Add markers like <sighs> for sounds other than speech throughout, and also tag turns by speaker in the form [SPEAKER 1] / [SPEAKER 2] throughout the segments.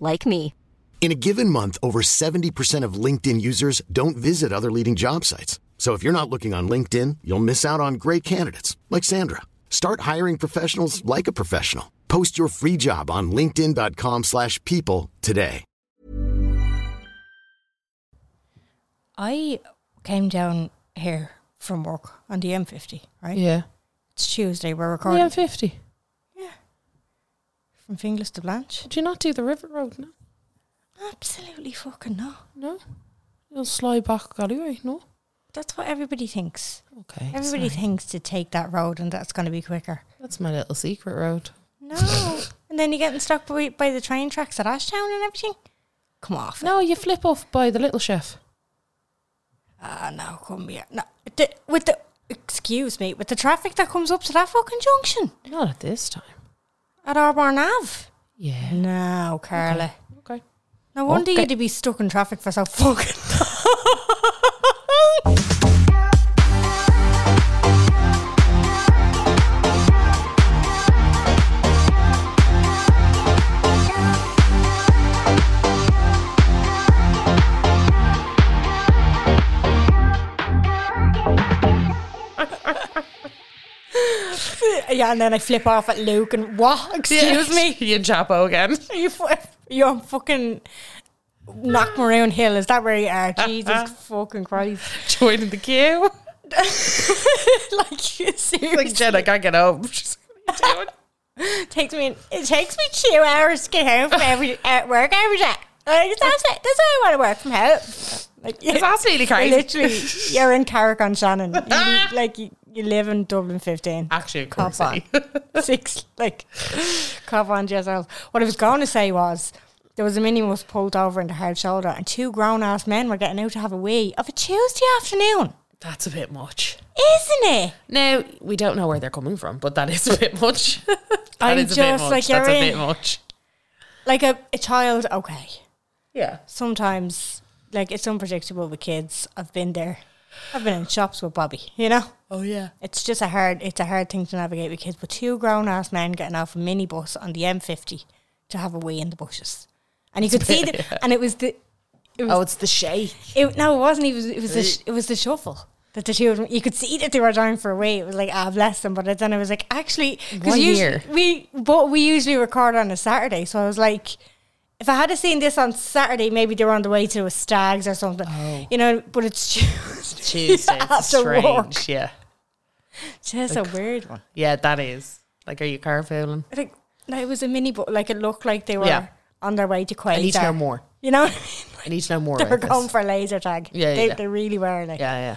[SPEAKER 1] like me.
[SPEAKER 2] In a given month, over 70% of LinkedIn users don't visit other leading job sites. So if you're not looking on LinkedIn, you'll miss out on great candidates like Sandra. Start hiring professionals like a professional. Post your free job on linkedin.com/people slash people today.
[SPEAKER 3] I came down here from work on the M50, right?
[SPEAKER 4] Yeah.
[SPEAKER 3] It's Tuesday, we're recording
[SPEAKER 4] Yeah, 50.
[SPEAKER 3] from Finglas to Blanche.
[SPEAKER 4] Do you not do the river road now?
[SPEAKER 3] Absolutely fucking no.
[SPEAKER 4] No. You'll slide back alleyway, no?
[SPEAKER 3] That's what everybody thinks.
[SPEAKER 4] Okay.
[SPEAKER 3] Everybody
[SPEAKER 4] sorry.
[SPEAKER 3] thinks to take that road and that's going to be quicker.
[SPEAKER 4] That's my little secret road. <laughs>
[SPEAKER 3] No. and then you're getting stuck by, by the train tracks at Ashtown and everything. Come off. it.
[SPEAKER 4] No, you flip off by the little chef.
[SPEAKER 3] Ah, no, come here. No. The, with the, excuse me, with the traffic that comes up to that fucking junction
[SPEAKER 4] Not at this time.
[SPEAKER 3] at Arborn Ave.
[SPEAKER 4] Yeah.
[SPEAKER 3] No, Carla.
[SPEAKER 4] Okay.
[SPEAKER 3] No wonder
[SPEAKER 4] Okay.
[SPEAKER 3] you'd be stuck in traffic for so fucking <laughs> Yeah, and then I flip off at Luke and what? Excuse me?
[SPEAKER 4] <laughs> you chapo again.
[SPEAKER 3] Are <laughs> you fu- you're on fucking Knockmaroon Hill. Is that where you are?
[SPEAKER 4] Uh-huh.
[SPEAKER 3] Jesus fucking Christ! <laughs>
[SPEAKER 4] <laughs> Joining the queue.
[SPEAKER 3] like <laughs> you
[SPEAKER 4] <laughs> Like,
[SPEAKER 3] seriously,
[SPEAKER 4] Jen, I can't get home. <laughs> She's like, "What are you doing?"
[SPEAKER 3] it takes me it takes me two hours to get home from
[SPEAKER 4] <laughs>
[SPEAKER 3] every at work every day. Like that's it. That's why I want to work from home. Like
[SPEAKER 4] It's absolutely crazy.
[SPEAKER 3] Literally, you're in Carrick on Shannon.
[SPEAKER 4] <laughs>
[SPEAKER 3] You, like you, you live in Dublin 15.
[SPEAKER 4] <laughs> Actually, of
[SPEAKER 3] Cop
[SPEAKER 4] course. eh.
[SPEAKER 3] on. <laughs> Six, like, cop on yourselves. What I was going to say was there was a minibus pulled over in the hard shoulder, and two grown ass men were getting out to have a wee of a Tuesday afternoon.
[SPEAKER 4] <laughs> That's a bit much.
[SPEAKER 3] Isn't it?
[SPEAKER 4] Now, we don't know where they're coming from, but that is a bit much. <laughs>
[SPEAKER 3] I'm
[SPEAKER 4] That is a bit
[SPEAKER 3] just
[SPEAKER 4] much.
[SPEAKER 3] like,
[SPEAKER 4] That's
[SPEAKER 3] you're
[SPEAKER 4] a bit
[SPEAKER 3] in.
[SPEAKER 4] much.
[SPEAKER 3] Like a, a child, okay.
[SPEAKER 4] Yeah.
[SPEAKER 3] Sometimes, like, it's unpredictable with kids. I've been there. I've been in shops with Bobby, you know?
[SPEAKER 4] Oh, yeah.
[SPEAKER 3] It's just a hard, it's a hard thing to navigate with kids. But two grown ass men getting off a minibus on the M50 to have a wee in the bushes, and you could see that. And it was the, it was,
[SPEAKER 4] Oh, it's the shake.
[SPEAKER 3] it, no, it wasn't. It was, it was the, sh- it was the shuffle that the two of them. You could see that they were down for a wee. It was like ah, bless them. But then I was like, actually,
[SPEAKER 4] What
[SPEAKER 3] because
[SPEAKER 4] year?
[SPEAKER 3] we, but we usually record on a Saturday, so I was like. If I had have seen this on Saturday, maybe they were on the way to a stags or something, you know. But it's <laughs> Tuesday,
[SPEAKER 4] Oh. <laughs> Tuesday.
[SPEAKER 3] <laughs>
[SPEAKER 4] It's
[SPEAKER 3] after
[SPEAKER 4] strange.
[SPEAKER 3] work.
[SPEAKER 4] Yeah.
[SPEAKER 3] It's just a weird one.
[SPEAKER 4] Yeah, that is. Like, are you carpooling?
[SPEAKER 3] I think no, it was a mini boat. Like it looked like they were
[SPEAKER 4] Yeah.
[SPEAKER 3] on their way to Quasar.
[SPEAKER 4] I need to know more.
[SPEAKER 3] You know,
[SPEAKER 4] I need to know
[SPEAKER 3] <laughs>
[SPEAKER 4] more
[SPEAKER 3] they were
[SPEAKER 4] about
[SPEAKER 3] going
[SPEAKER 4] this.
[SPEAKER 3] for laser tag.
[SPEAKER 4] Yeah, yeah,
[SPEAKER 3] they,
[SPEAKER 4] yeah.
[SPEAKER 3] they really were like
[SPEAKER 4] Yeah,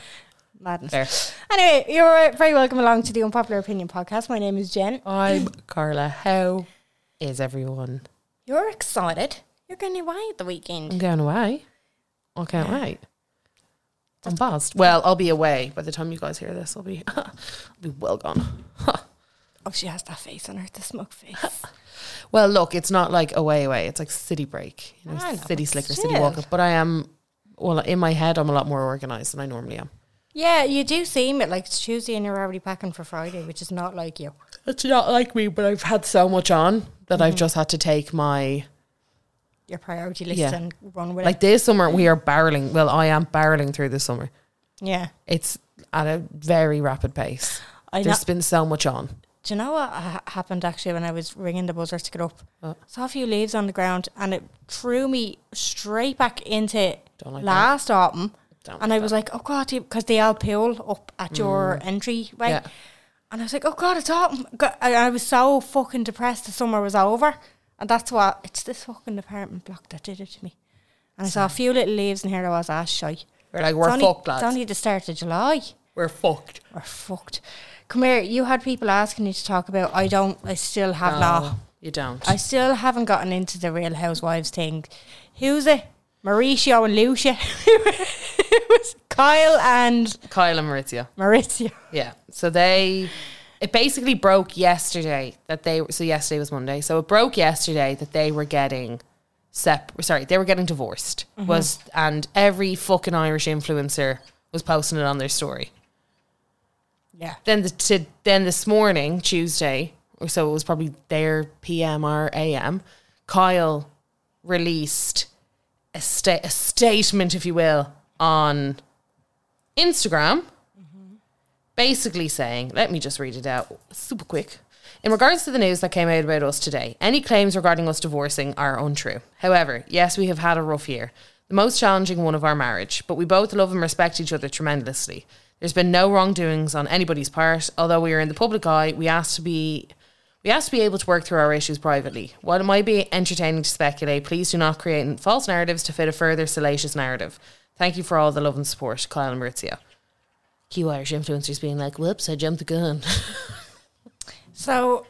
[SPEAKER 3] madness.
[SPEAKER 4] yeah. Fair.
[SPEAKER 3] Anyway, you're very welcome along to the Unpopular Opinion podcast. My name is Jen.
[SPEAKER 4] I'm Carla. How is everyone?
[SPEAKER 3] You're excited. You're going away at the weekend.
[SPEAKER 4] I'm going away. I can't wait. I'm buzzed. Well, I'll be away by the time you guys hear this. I'll be, <laughs> I'll be well gone.
[SPEAKER 3] Oh, she has that face on her, the smoke <laughs> face.
[SPEAKER 4] Well, look, it's not like away away. It's like city break, you know,
[SPEAKER 3] I know,
[SPEAKER 4] city
[SPEAKER 3] but
[SPEAKER 4] slicker, city
[SPEAKER 3] still.
[SPEAKER 4] walk up. But I am, well, in my head, I'm a lot more organised than I normally am.
[SPEAKER 3] yeah, you do seem it. Like it's Tuesday and you're already packing for Friday, which is not like you.
[SPEAKER 4] It's not like me, but I've had so much on that I've
[SPEAKER 3] Mm-hmm.
[SPEAKER 4] just had to take my
[SPEAKER 3] Your priority list
[SPEAKER 4] Yeah.
[SPEAKER 3] and run with
[SPEAKER 4] like
[SPEAKER 3] it.
[SPEAKER 4] this summer. We are barreling. Well, I am barreling through this summer.
[SPEAKER 3] Yeah.
[SPEAKER 4] It's at a very rapid pace.
[SPEAKER 3] I know.
[SPEAKER 4] There's been so much on.
[SPEAKER 3] Do you know what ha- happened actually when I was ringing the buzzer to get up? Saw a few leaves on the ground and it threw me straight back into
[SPEAKER 4] Don't like that.
[SPEAKER 3] last autumn.
[SPEAKER 4] Don't
[SPEAKER 3] and I was like, oh God, because they all peel up at your entry way.
[SPEAKER 4] Mm. Yeah.
[SPEAKER 3] And I was like, oh God, it's autumn. Go- I, I was so fucking depressed the summer was over. And that's what, it's this fucking apartment block that did it to me. And I saw a few little leaves and here I was, ah, shy.
[SPEAKER 4] We're like, we're
[SPEAKER 3] it's only,
[SPEAKER 4] fucked, lads.
[SPEAKER 3] It's only the start of July
[SPEAKER 4] we're fucked.
[SPEAKER 3] are fucked. Come here, you had people asking you to talk about I don't I still have
[SPEAKER 4] No.
[SPEAKER 3] not
[SPEAKER 4] You don't.
[SPEAKER 3] I still haven't gotten into the Real Housewives thing. Who's it? Mauricio and Lucia. <laughs> it was Kyle and
[SPEAKER 4] Kyle and Maurizio.
[SPEAKER 3] Mauricio.
[SPEAKER 4] Yeah. So they it basically broke yesterday that they so yesterday was Monday. So it broke yesterday that they were getting sep sorry, they were getting divorced.
[SPEAKER 3] Mm-hmm.
[SPEAKER 4] Was and every fucking Irish influencer was posting it on their story.
[SPEAKER 3] Yeah.
[SPEAKER 4] Then the to, then this morning, Tuesday, or so it was probably their PM or AM, Kyle released a sta- a statement, if you will, on Instagram basically saying, let me just read it out super quick. In regards to the news that came out about us today, any claims regarding us divorcing are untrue. However, yes, we have had a rough year, the most challenging one of our marriage, but we both love and respect each other tremendously. There's been no wrongdoings on anybody's part. Although we are in the public eye, we asked to be we asked to be able to work through our issues privately. While it might be entertaining to speculate, please do not create false narratives to fit a further salacious narrative. Thank you for all the love and support, Kyle and Maurizio. Q Irish influencers being like, whoops, I jumped the gun. <laughs>
[SPEAKER 3] So,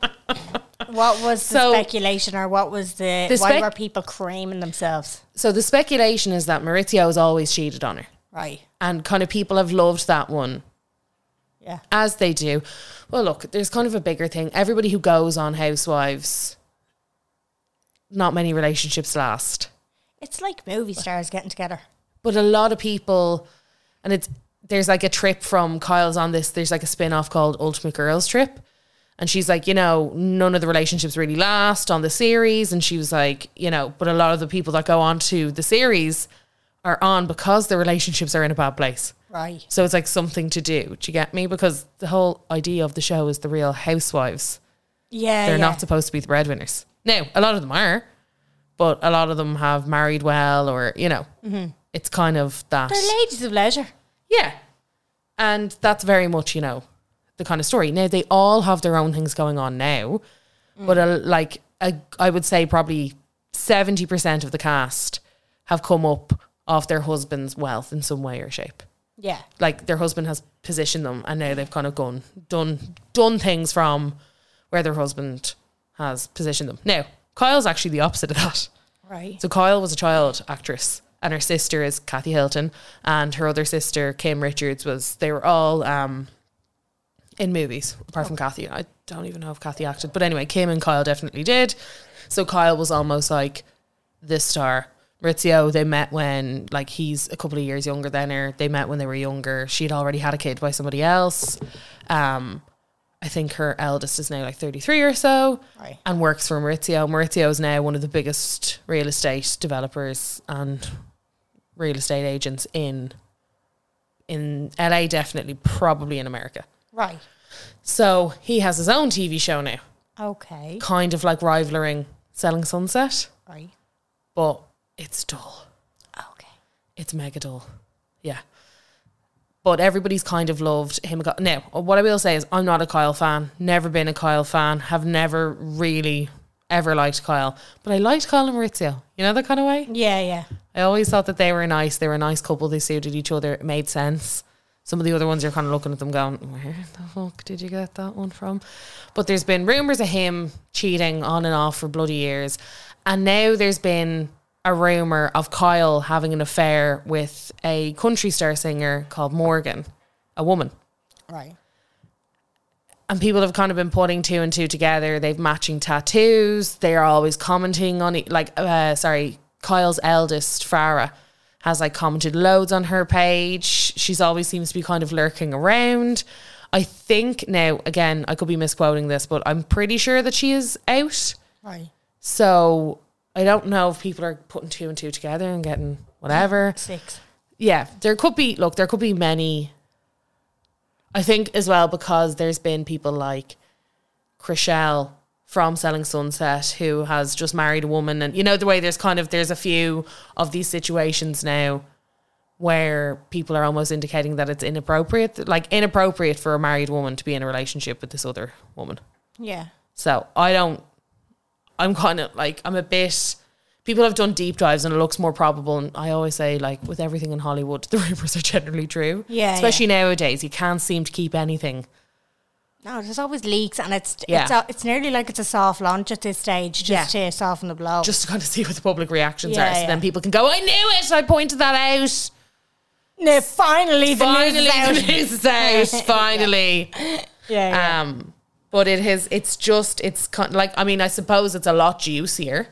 [SPEAKER 3] what was the
[SPEAKER 4] So-
[SPEAKER 3] speculation, or what was the,
[SPEAKER 4] The
[SPEAKER 3] why
[SPEAKER 4] spec-
[SPEAKER 3] were people craming themselves?
[SPEAKER 4] so the speculation is that Maurizio has always cheated on her.
[SPEAKER 3] Right.
[SPEAKER 4] And kind of people have loved that one
[SPEAKER 3] Yeah.
[SPEAKER 4] as they do. Well, look, there's kind of a bigger thing. Everybody who goes on Housewives, not many relationships last.
[SPEAKER 3] It's like movie stars getting together.
[SPEAKER 4] But a lot of people, and it's there's like a trip from Kyle's on this. There's like a spin off called Ultimate Girls Trip. And she's like, you know, none of the relationships really last on the series. And she was like, you know, but a lot of the people that go on to the series are on because the relationships are in a bad place.
[SPEAKER 3] Right.
[SPEAKER 4] So it's like something to do. Do you get me? Because the whole idea of the show is the real housewives.
[SPEAKER 3] Yeah.
[SPEAKER 4] They're
[SPEAKER 3] Uh, yeah.
[SPEAKER 4] not supposed to be the breadwinners. Now, a lot of them are, but a lot of them have married well or, you know, it's kind of that.
[SPEAKER 3] Mm-hmm. They're ladies of leisure.
[SPEAKER 4] Yeah. And that's very much, you know, the kind of story. Now, they all have their own things going on now, but a, like, a, I would say probably 70% of the cast have come up off their husband's wealth in some way or shape
[SPEAKER 3] Yeah.
[SPEAKER 4] like their husband has positioned them and now they've kind of gone done done things from where their husband has positioned them. Now, Kyle's actually the opposite of that.
[SPEAKER 3] Right.
[SPEAKER 4] So Kyle was a child actress and her sister is Kathy Hilton and her other sister Kim Richards was they were all um in movies apart from Kathy. I don't even know if Kathy acted, but anyway, Kim and Kyle definitely did. So Kyle was almost like this star. Maurizio, they met when like he's a couple of years younger than her. They met when they were younger. She'd already had a kid by somebody else. Um, I think her eldest is now like 33 or so
[SPEAKER 3] Right.
[SPEAKER 4] and works for Maurizio. Maurizio is now one of the biggest real estate developers and real estate agents in in LA definitely probably in America.
[SPEAKER 3] Right.
[SPEAKER 4] So he has his own TV show now,
[SPEAKER 3] Okay.
[SPEAKER 4] kind of like rivaling Selling Sunset,
[SPEAKER 3] Right.
[SPEAKER 4] but it's dull.
[SPEAKER 3] Okay.
[SPEAKER 4] It's mega dull. Yeah. But everybody's kind of loved him. Now, what I will say is, I'm not a Kyle fan. Never been a Kyle fan. Have never really ever liked Kyle. But I liked Kyle and Maurizio. You know that kind of way.
[SPEAKER 3] Yeah. Yeah.
[SPEAKER 4] I always thought that they were nice. They were a nice couple. They suited each other. It made sense. Some of the other ones you're kind of looking at them going, where the fuck did you get that one from? But there's been rumors of him cheating on and off for bloody years. And now there's been a rumor of Kyle having an affair with a country star singer called Morgan, a woman.
[SPEAKER 3] Right.
[SPEAKER 4] And people have kind of been putting two and two together. They've matching tattoos. They're always commenting on it. Like, uh, sorry, Kyle's eldest, Farah, has like commented loads on her page. She's always seems to be kind of lurking around. I think now, again, I could be misquoting this, but I'm pretty sure that she is out.
[SPEAKER 3] Right.
[SPEAKER 4] So I don't know if people are putting two and two together and getting whatever
[SPEAKER 3] Six.
[SPEAKER 4] yeah, there could be look, there could be many. I think as well because there's been people like Chriselle from Selling Sunset who has just married a woman and you know the way there's kind of there's a few of these situations now where people are almost indicating that it's inappropriate like inappropriate for a married woman to be in a relationship with this other woman.
[SPEAKER 3] Yeah.
[SPEAKER 4] So I don't. I'm kind of like I'm a bit. People have done deep dives and it looks more probable. And I always say, like with everything in <laughs> Hollywood, the rumors are generally true.
[SPEAKER 3] Yeah,
[SPEAKER 4] Especially nowadays, you can't seem to keep anything
[SPEAKER 3] No, there's always leaks, and it's
[SPEAKER 4] Yeah.
[SPEAKER 3] it's, a, it's nearly like it's a soft launch at this stage, just
[SPEAKER 4] Yeah.
[SPEAKER 3] to soften the blow.
[SPEAKER 4] just to kind of <laughs> see what the public reactions
[SPEAKER 3] Yeah,
[SPEAKER 4] are. So
[SPEAKER 3] yeah.
[SPEAKER 4] then people can go, I knew it. I pointed that out.
[SPEAKER 3] no, finally, the
[SPEAKER 4] Finally,
[SPEAKER 3] news is out.
[SPEAKER 4] <laughs> the news
[SPEAKER 3] <laughs>
[SPEAKER 4] is out. Finally.
[SPEAKER 3] yeah, yeah.
[SPEAKER 4] Um, but it has. It's just. It's kind like. I mean, I suppose it's a lot juicier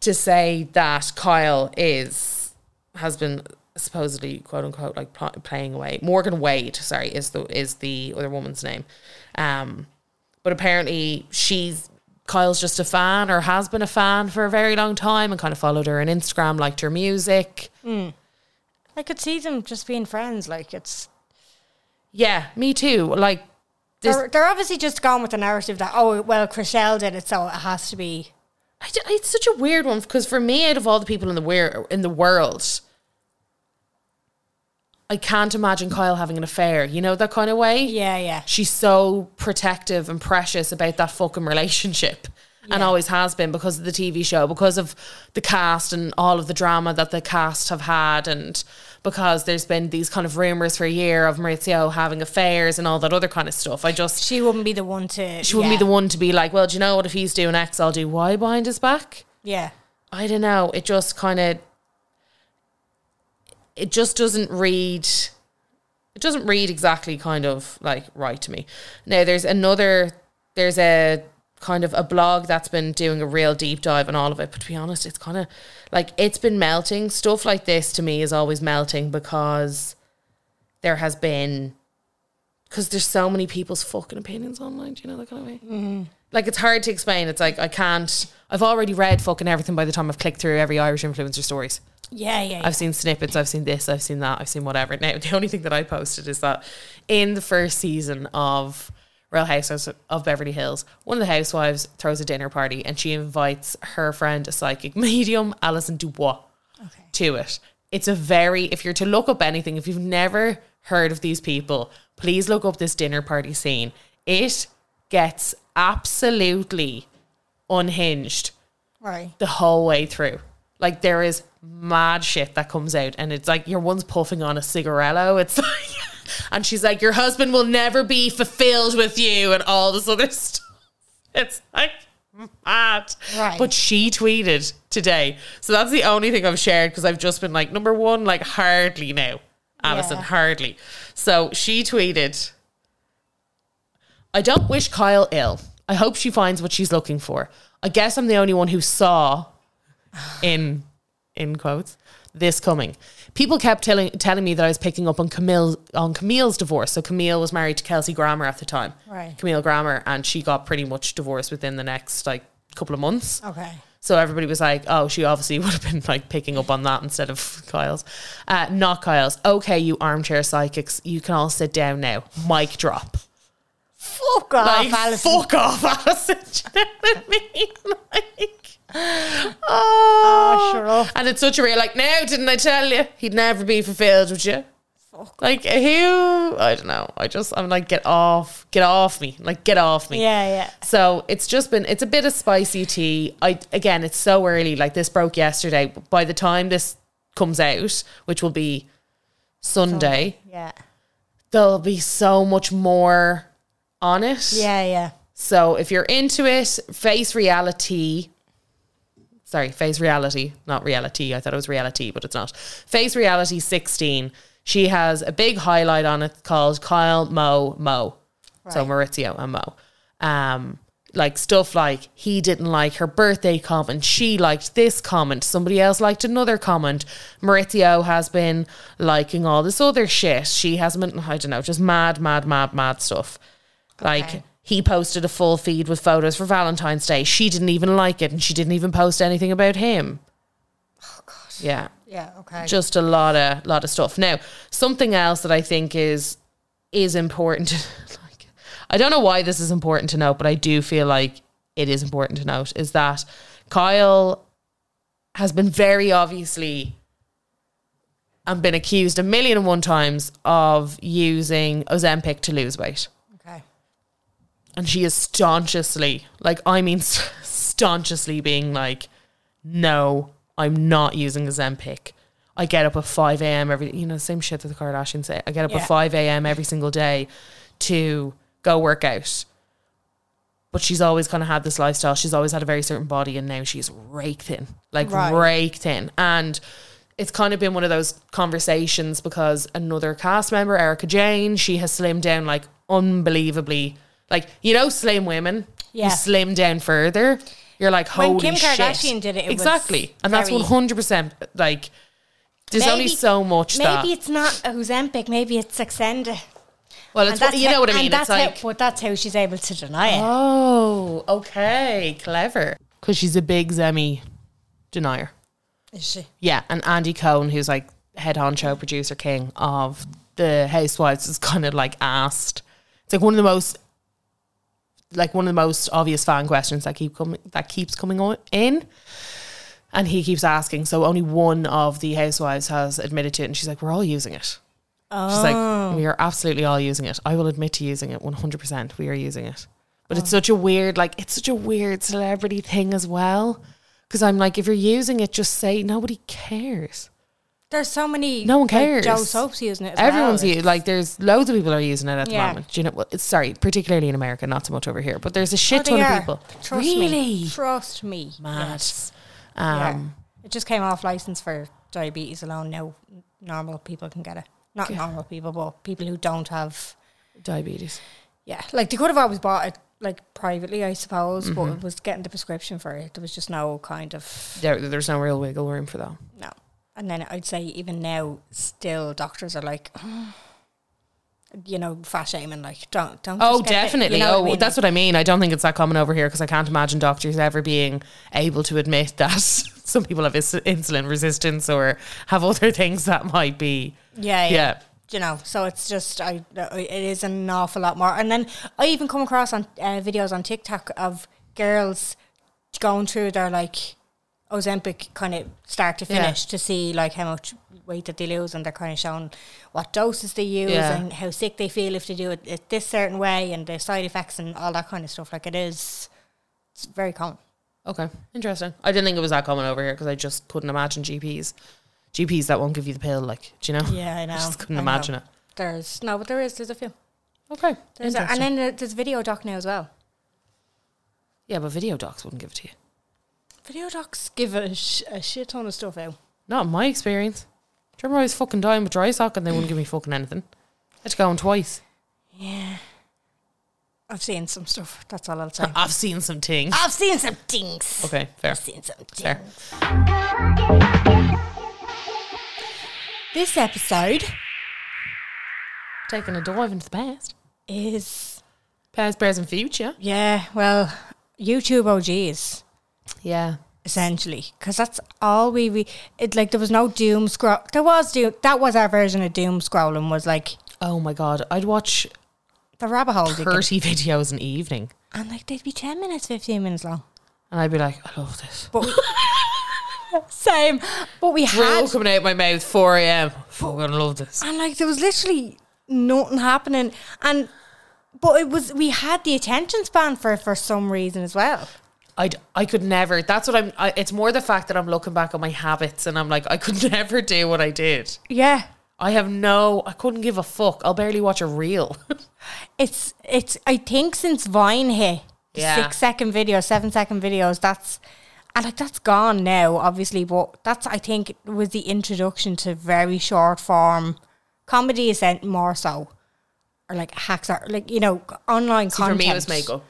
[SPEAKER 4] to say that Kyle is has been supposedly quote unquote like pl- playing away. Morgan Wade, sorry, is the is the other woman's name. Um, but apparently she's Kyle's just a fan or has been a fan for a very long time and kind of followed her on Instagram, liked her music.
[SPEAKER 3] I could see them just being friends. Like it's
[SPEAKER 4] Yeah, me too. Like this,
[SPEAKER 3] they're, they're obviously just gone with the narrative that oh well, Chriselle did it, so it has to be.
[SPEAKER 4] I d it's such a weird one because for me, out of all the people in the weir- in the world, I can't imagine Kyle having an affair. You know that kind of way.
[SPEAKER 3] Yeah, yeah.
[SPEAKER 4] She's so protective and precious about that fucking relationship. And always has been because of the TV show, because of the cast and all of the drama that the cast have had, and because there's been these kind of rumors for a year of Maurizio having affairs and all that other kind of stuff. I just
[SPEAKER 3] She wouldn't be the one to.
[SPEAKER 4] she wouldn't
[SPEAKER 3] yeah.
[SPEAKER 4] be the one to be like, well, do you know what? If he's doing X, I'll do Y behind his back.
[SPEAKER 3] Yeah,
[SPEAKER 4] I don't know. It just kind of it just doesn't read it doesn't read exactly kind of like right to me. Now there's another there's a kind of a blog that's been doing a real deep dive on all of it, but to be honest, it's kind of like it's been melting. Stuff like this to me is always melting because there has been because there's so many people's fucking opinions online. Do you know that kind of way? like it's hard to explain. It's like I can't. I've already read fucking everything by the time I've clicked through every Irish influencer stories.
[SPEAKER 3] yeah, yeah.
[SPEAKER 4] I've seen snippets. I've seen this. I've seen that. I've seen whatever. Now <laughs> the only thing that I posted is that in the first season of Real Housewives of Beverly Hills, one of the housewives throws a dinner party and she invites her friend, a psychic <laughs> medium, Alison Dubois, to it. It's a very if you're to look up anything, if you've never heard of these people, please look up this dinner party scene. It gets absolutely unhinged
[SPEAKER 3] right.
[SPEAKER 4] the whole way through. Like there is mad shit that comes out, and it's like your one's puffing on a cigarello. It's <laughs> like, and she's like, your husband will never be fulfilled with you, and all this other <laughs> stuff. It's like mad.
[SPEAKER 3] Right.
[SPEAKER 4] But she tweeted today, so that's the only thing I've shared because I've just been like, number one, like hardly now, Alison,
[SPEAKER 3] Yeah.
[SPEAKER 4] hardly. So she tweeted. I don't wish Kyle ill. I hope she finds what she's looking for. I guess I'm the only one
[SPEAKER 3] <sighs>
[SPEAKER 4] who saw, in in quotes, this coming. People kept telling telling me that I was picking up on Camille on Camille's divorce. So Camille was married to Kelsey Grammer at the time,
[SPEAKER 3] Right.
[SPEAKER 4] Camille Grammer, and she got pretty much divorced within the next like couple of months.
[SPEAKER 3] Okay.
[SPEAKER 4] So everybody was like, "Oh, she obviously <laughs> would have been like picking up on that instead of Kyle's, uh, not Kyle's." Okay, you armchair psychics, you can all sit down now. Mic drop
[SPEAKER 3] Fuck off,
[SPEAKER 4] like,
[SPEAKER 3] Oh, Alison.
[SPEAKER 4] fuck off, <laughs> Alison. Do you know what I mean? <laughs> Like, oh.
[SPEAKER 3] sure off.
[SPEAKER 4] And it's such a real, like, now, didn't I tell you? He'd never be fulfilled, would you? Like, who? I don't know. I just, I'm like, get off, get off me. Like, get off me.
[SPEAKER 3] Yeah, yeah.
[SPEAKER 4] So it's just been, it's a bit of spicy tea. I, again, it's so early. Like, this broke yesterday. By the time this comes out, which will be Sunday,
[SPEAKER 3] Yeah,
[SPEAKER 4] there'll be so much more on it.
[SPEAKER 3] yeah, yeah.
[SPEAKER 4] So if you're into it, face reality. Sorry, face reality, not reality. I thought it was reality, but it's not. Face reality 16. She has a big highlight on it called Kyle Mo Mo. So Maurizio and Mo. Um, like stuff like he didn't like her birthday comment, she liked this comment, somebody else liked another comment. Maurizio has been liking all this other shit. She hasn't been, I don't know, just mad, mad, mad, mad stuff. Like he posted a full feed with photos for Valentine's Day. She didn't even like it, and she didn't even post anything about him. Oh God! Yeah,
[SPEAKER 3] Yeah, okay.
[SPEAKER 4] just a lot of lot of stuff. Now, something else that I think is is important. <laughs> like, I don't know why this is important to note, but I do feel like it is important to note is that Kyle has been very obviously and been accused a million and one times of using Ozempic to lose weight
[SPEAKER 3] okay.
[SPEAKER 4] and she is staunchly, like I mean, <laughs> staunchly being like, "No, I'm not using a Zempic. I get up at five a.m. every, you know, same shit that the Kardashians say. I get up
[SPEAKER 3] Yeah.
[SPEAKER 4] at five a.m. every single day to go work out. But she's always kind of had this lifestyle. She's always had a very certain body, and now she's rake thin, like
[SPEAKER 3] Right.
[SPEAKER 4] rake thin. And it's kind of been one of those conversations because another cast member, Erica Jane, she has slimmed down like unbelievably. Like you know, slim women,
[SPEAKER 3] Yeah.
[SPEAKER 4] you slim down further. You're like, holy
[SPEAKER 3] When Kim
[SPEAKER 4] shit.
[SPEAKER 3] Kardashian did it, it was
[SPEAKER 4] exactly, and that's
[SPEAKER 3] very-
[SPEAKER 4] one hundred percent like. There's only
[SPEAKER 3] Maybe-
[SPEAKER 4] so much
[SPEAKER 3] Maybe
[SPEAKER 4] that
[SPEAKER 3] it's not Ozempic. Maybe it's Saxenda.
[SPEAKER 4] well, it's you know what I mean.
[SPEAKER 3] And that's
[SPEAKER 4] It's like
[SPEAKER 3] how, but that's how she's able to deny it.
[SPEAKER 4] Oh, okay, clever. Because she's a big Zemi denier.
[SPEAKER 3] Is she?
[SPEAKER 4] Yeah, and Andy Cohen, who's like head honcho producer king of the Housewives, is kind of like asked. It's like one of the most, like one of the most obvious fan questions that keep coming that keeps coming on in, and he keeps asking. So only one of the Housewives has admitted to it, and she's like, "We're all using it." She's like, we are absolutely all using it. I will admit to using it 100%. We are using it. But it's such a weird, like, it's such a weird celebrity thing as well. Because I'm like, if you're using it, just say nobody cares.
[SPEAKER 3] There's so many.
[SPEAKER 4] No one
[SPEAKER 3] like,
[SPEAKER 4] cares.
[SPEAKER 3] Joe Soap's using it. As
[SPEAKER 4] Everyone's
[SPEAKER 3] well.
[SPEAKER 4] u- like, there's loads of people are using it at
[SPEAKER 3] Yeah.
[SPEAKER 4] the moment. Do you know? Well, it's, sorry, particularly in America, not so much over here. But there's a shit
[SPEAKER 3] Oh, they
[SPEAKER 4] ton
[SPEAKER 3] are.
[SPEAKER 4] of people.
[SPEAKER 3] Trust
[SPEAKER 4] really
[SPEAKER 3] Me. Trust me.
[SPEAKER 4] mad.
[SPEAKER 3] Yes. Yeah.
[SPEAKER 4] Um,
[SPEAKER 3] It just came off license for diabetes alone. Now normal people can get it. Not normal people, but people who don't have.
[SPEAKER 4] diabetes.
[SPEAKER 3] Yeah, like they could have always bought it like privately, I suppose. But
[SPEAKER 4] Mm-hmm.
[SPEAKER 3] it was getting the prescription for it. There was just no kind of
[SPEAKER 4] There, there's no real wiggle room for that.
[SPEAKER 3] no. And then I'd say even now, still doctors are like. <sighs> You know, fat shaming, like don't don't.
[SPEAKER 4] Oh,
[SPEAKER 3] just get it, you
[SPEAKER 4] definitely.
[SPEAKER 3] know
[SPEAKER 4] oh,
[SPEAKER 3] I mean?
[SPEAKER 4] that's what I mean. I don't think it's that common over here because I can't imagine doctors ever being able to admit <laughs> that some people have is- insulin resistance or have other things that might be.
[SPEAKER 3] Yeah, yeah.
[SPEAKER 4] Yeah.
[SPEAKER 3] You know, so it's just I. It is an awful lot more, and then I even come across on uh, videos on TikTok of girls going through their like Ozempic kind of start to
[SPEAKER 4] Yeah.
[SPEAKER 3] finish to see like how much weight that they lose, and they're kind of showing what doses they use
[SPEAKER 4] Yeah.
[SPEAKER 3] and how sick they feel if they do it, it this certain way, and the side effects and all that kind of stuff. Like it is, it's very common.
[SPEAKER 4] Okay. Interesting. I didn't think it was that common over here because I just couldn't imagine GPs. GPs that won't give you the pill, like, do you know?
[SPEAKER 3] Yeah,
[SPEAKER 4] <laughs>
[SPEAKER 3] I know.
[SPEAKER 4] just couldn't
[SPEAKER 3] I know.
[SPEAKER 4] imagine it.
[SPEAKER 3] There's no, but there is. There's a few.
[SPEAKER 4] Okay.
[SPEAKER 3] There's a, and
[SPEAKER 4] Interesting.
[SPEAKER 3] then there- there's video doc now as well.
[SPEAKER 4] yeah, but video docs wouldn't give it to you.
[SPEAKER 3] Video docs give a, sh- a shit ton of stuff out.
[SPEAKER 4] Not in my experience. Do you remember I was fucking dying with dry sock and they wouldn't give me fucking anything? I had to go on twice.
[SPEAKER 3] I've seen some stuff. That's all I'll say.
[SPEAKER 4] I've seen some things.
[SPEAKER 3] I've seen some things.
[SPEAKER 4] Ah. Okay, fair.
[SPEAKER 3] I've seen some things.
[SPEAKER 4] Fair.
[SPEAKER 3] This episode
[SPEAKER 4] Taking a dive into the past.
[SPEAKER 3] is
[SPEAKER 4] Past, present, future.
[SPEAKER 3] yeah. Well, YouTube OGs
[SPEAKER 4] Yeah.
[SPEAKER 3] essentially because that's all we we it like there was no doom scroll. There was doom. That was our version of doom scrolling. Was like
[SPEAKER 4] Oh my god, I'd watch
[SPEAKER 3] the rabbit
[SPEAKER 4] Oh,
[SPEAKER 3] hole. you could-
[SPEAKER 4] thirty videos an evening,
[SPEAKER 3] And like they'd be ten minutes, fifteen minutes long.
[SPEAKER 4] and I'd be like, I love this.
[SPEAKER 3] But we,
[SPEAKER 4] <laughs>
[SPEAKER 3] same. But we
[SPEAKER 4] Drool
[SPEAKER 3] had
[SPEAKER 4] coming out my mouth, four a.m. Fucking love this.
[SPEAKER 3] and like there was literally nothing happening and but it was we had the attention span for for some reason as well
[SPEAKER 4] I I could never. That's what I'm. I, it's more the fact that I'm looking back on my habits, and I'm like, I could <laughs> never do what I did.
[SPEAKER 3] yeah
[SPEAKER 4] I have no. I couldn't give a fuck. I'll barely watch a reel. <laughs>
[SPEAKER 3] it's it's i think since vine hit the
[SPEAKER 4] Yeah.
[SPEAKER 3] six second videos seven second videos that's and like that's gone now obviously but that's i think was the introduction to very short form comedy is then more so or like hacks or like you know online
[SPEAKER 4] See, for
[SPEAKER 3] content
[SPEAKER 4] me, it was makeup.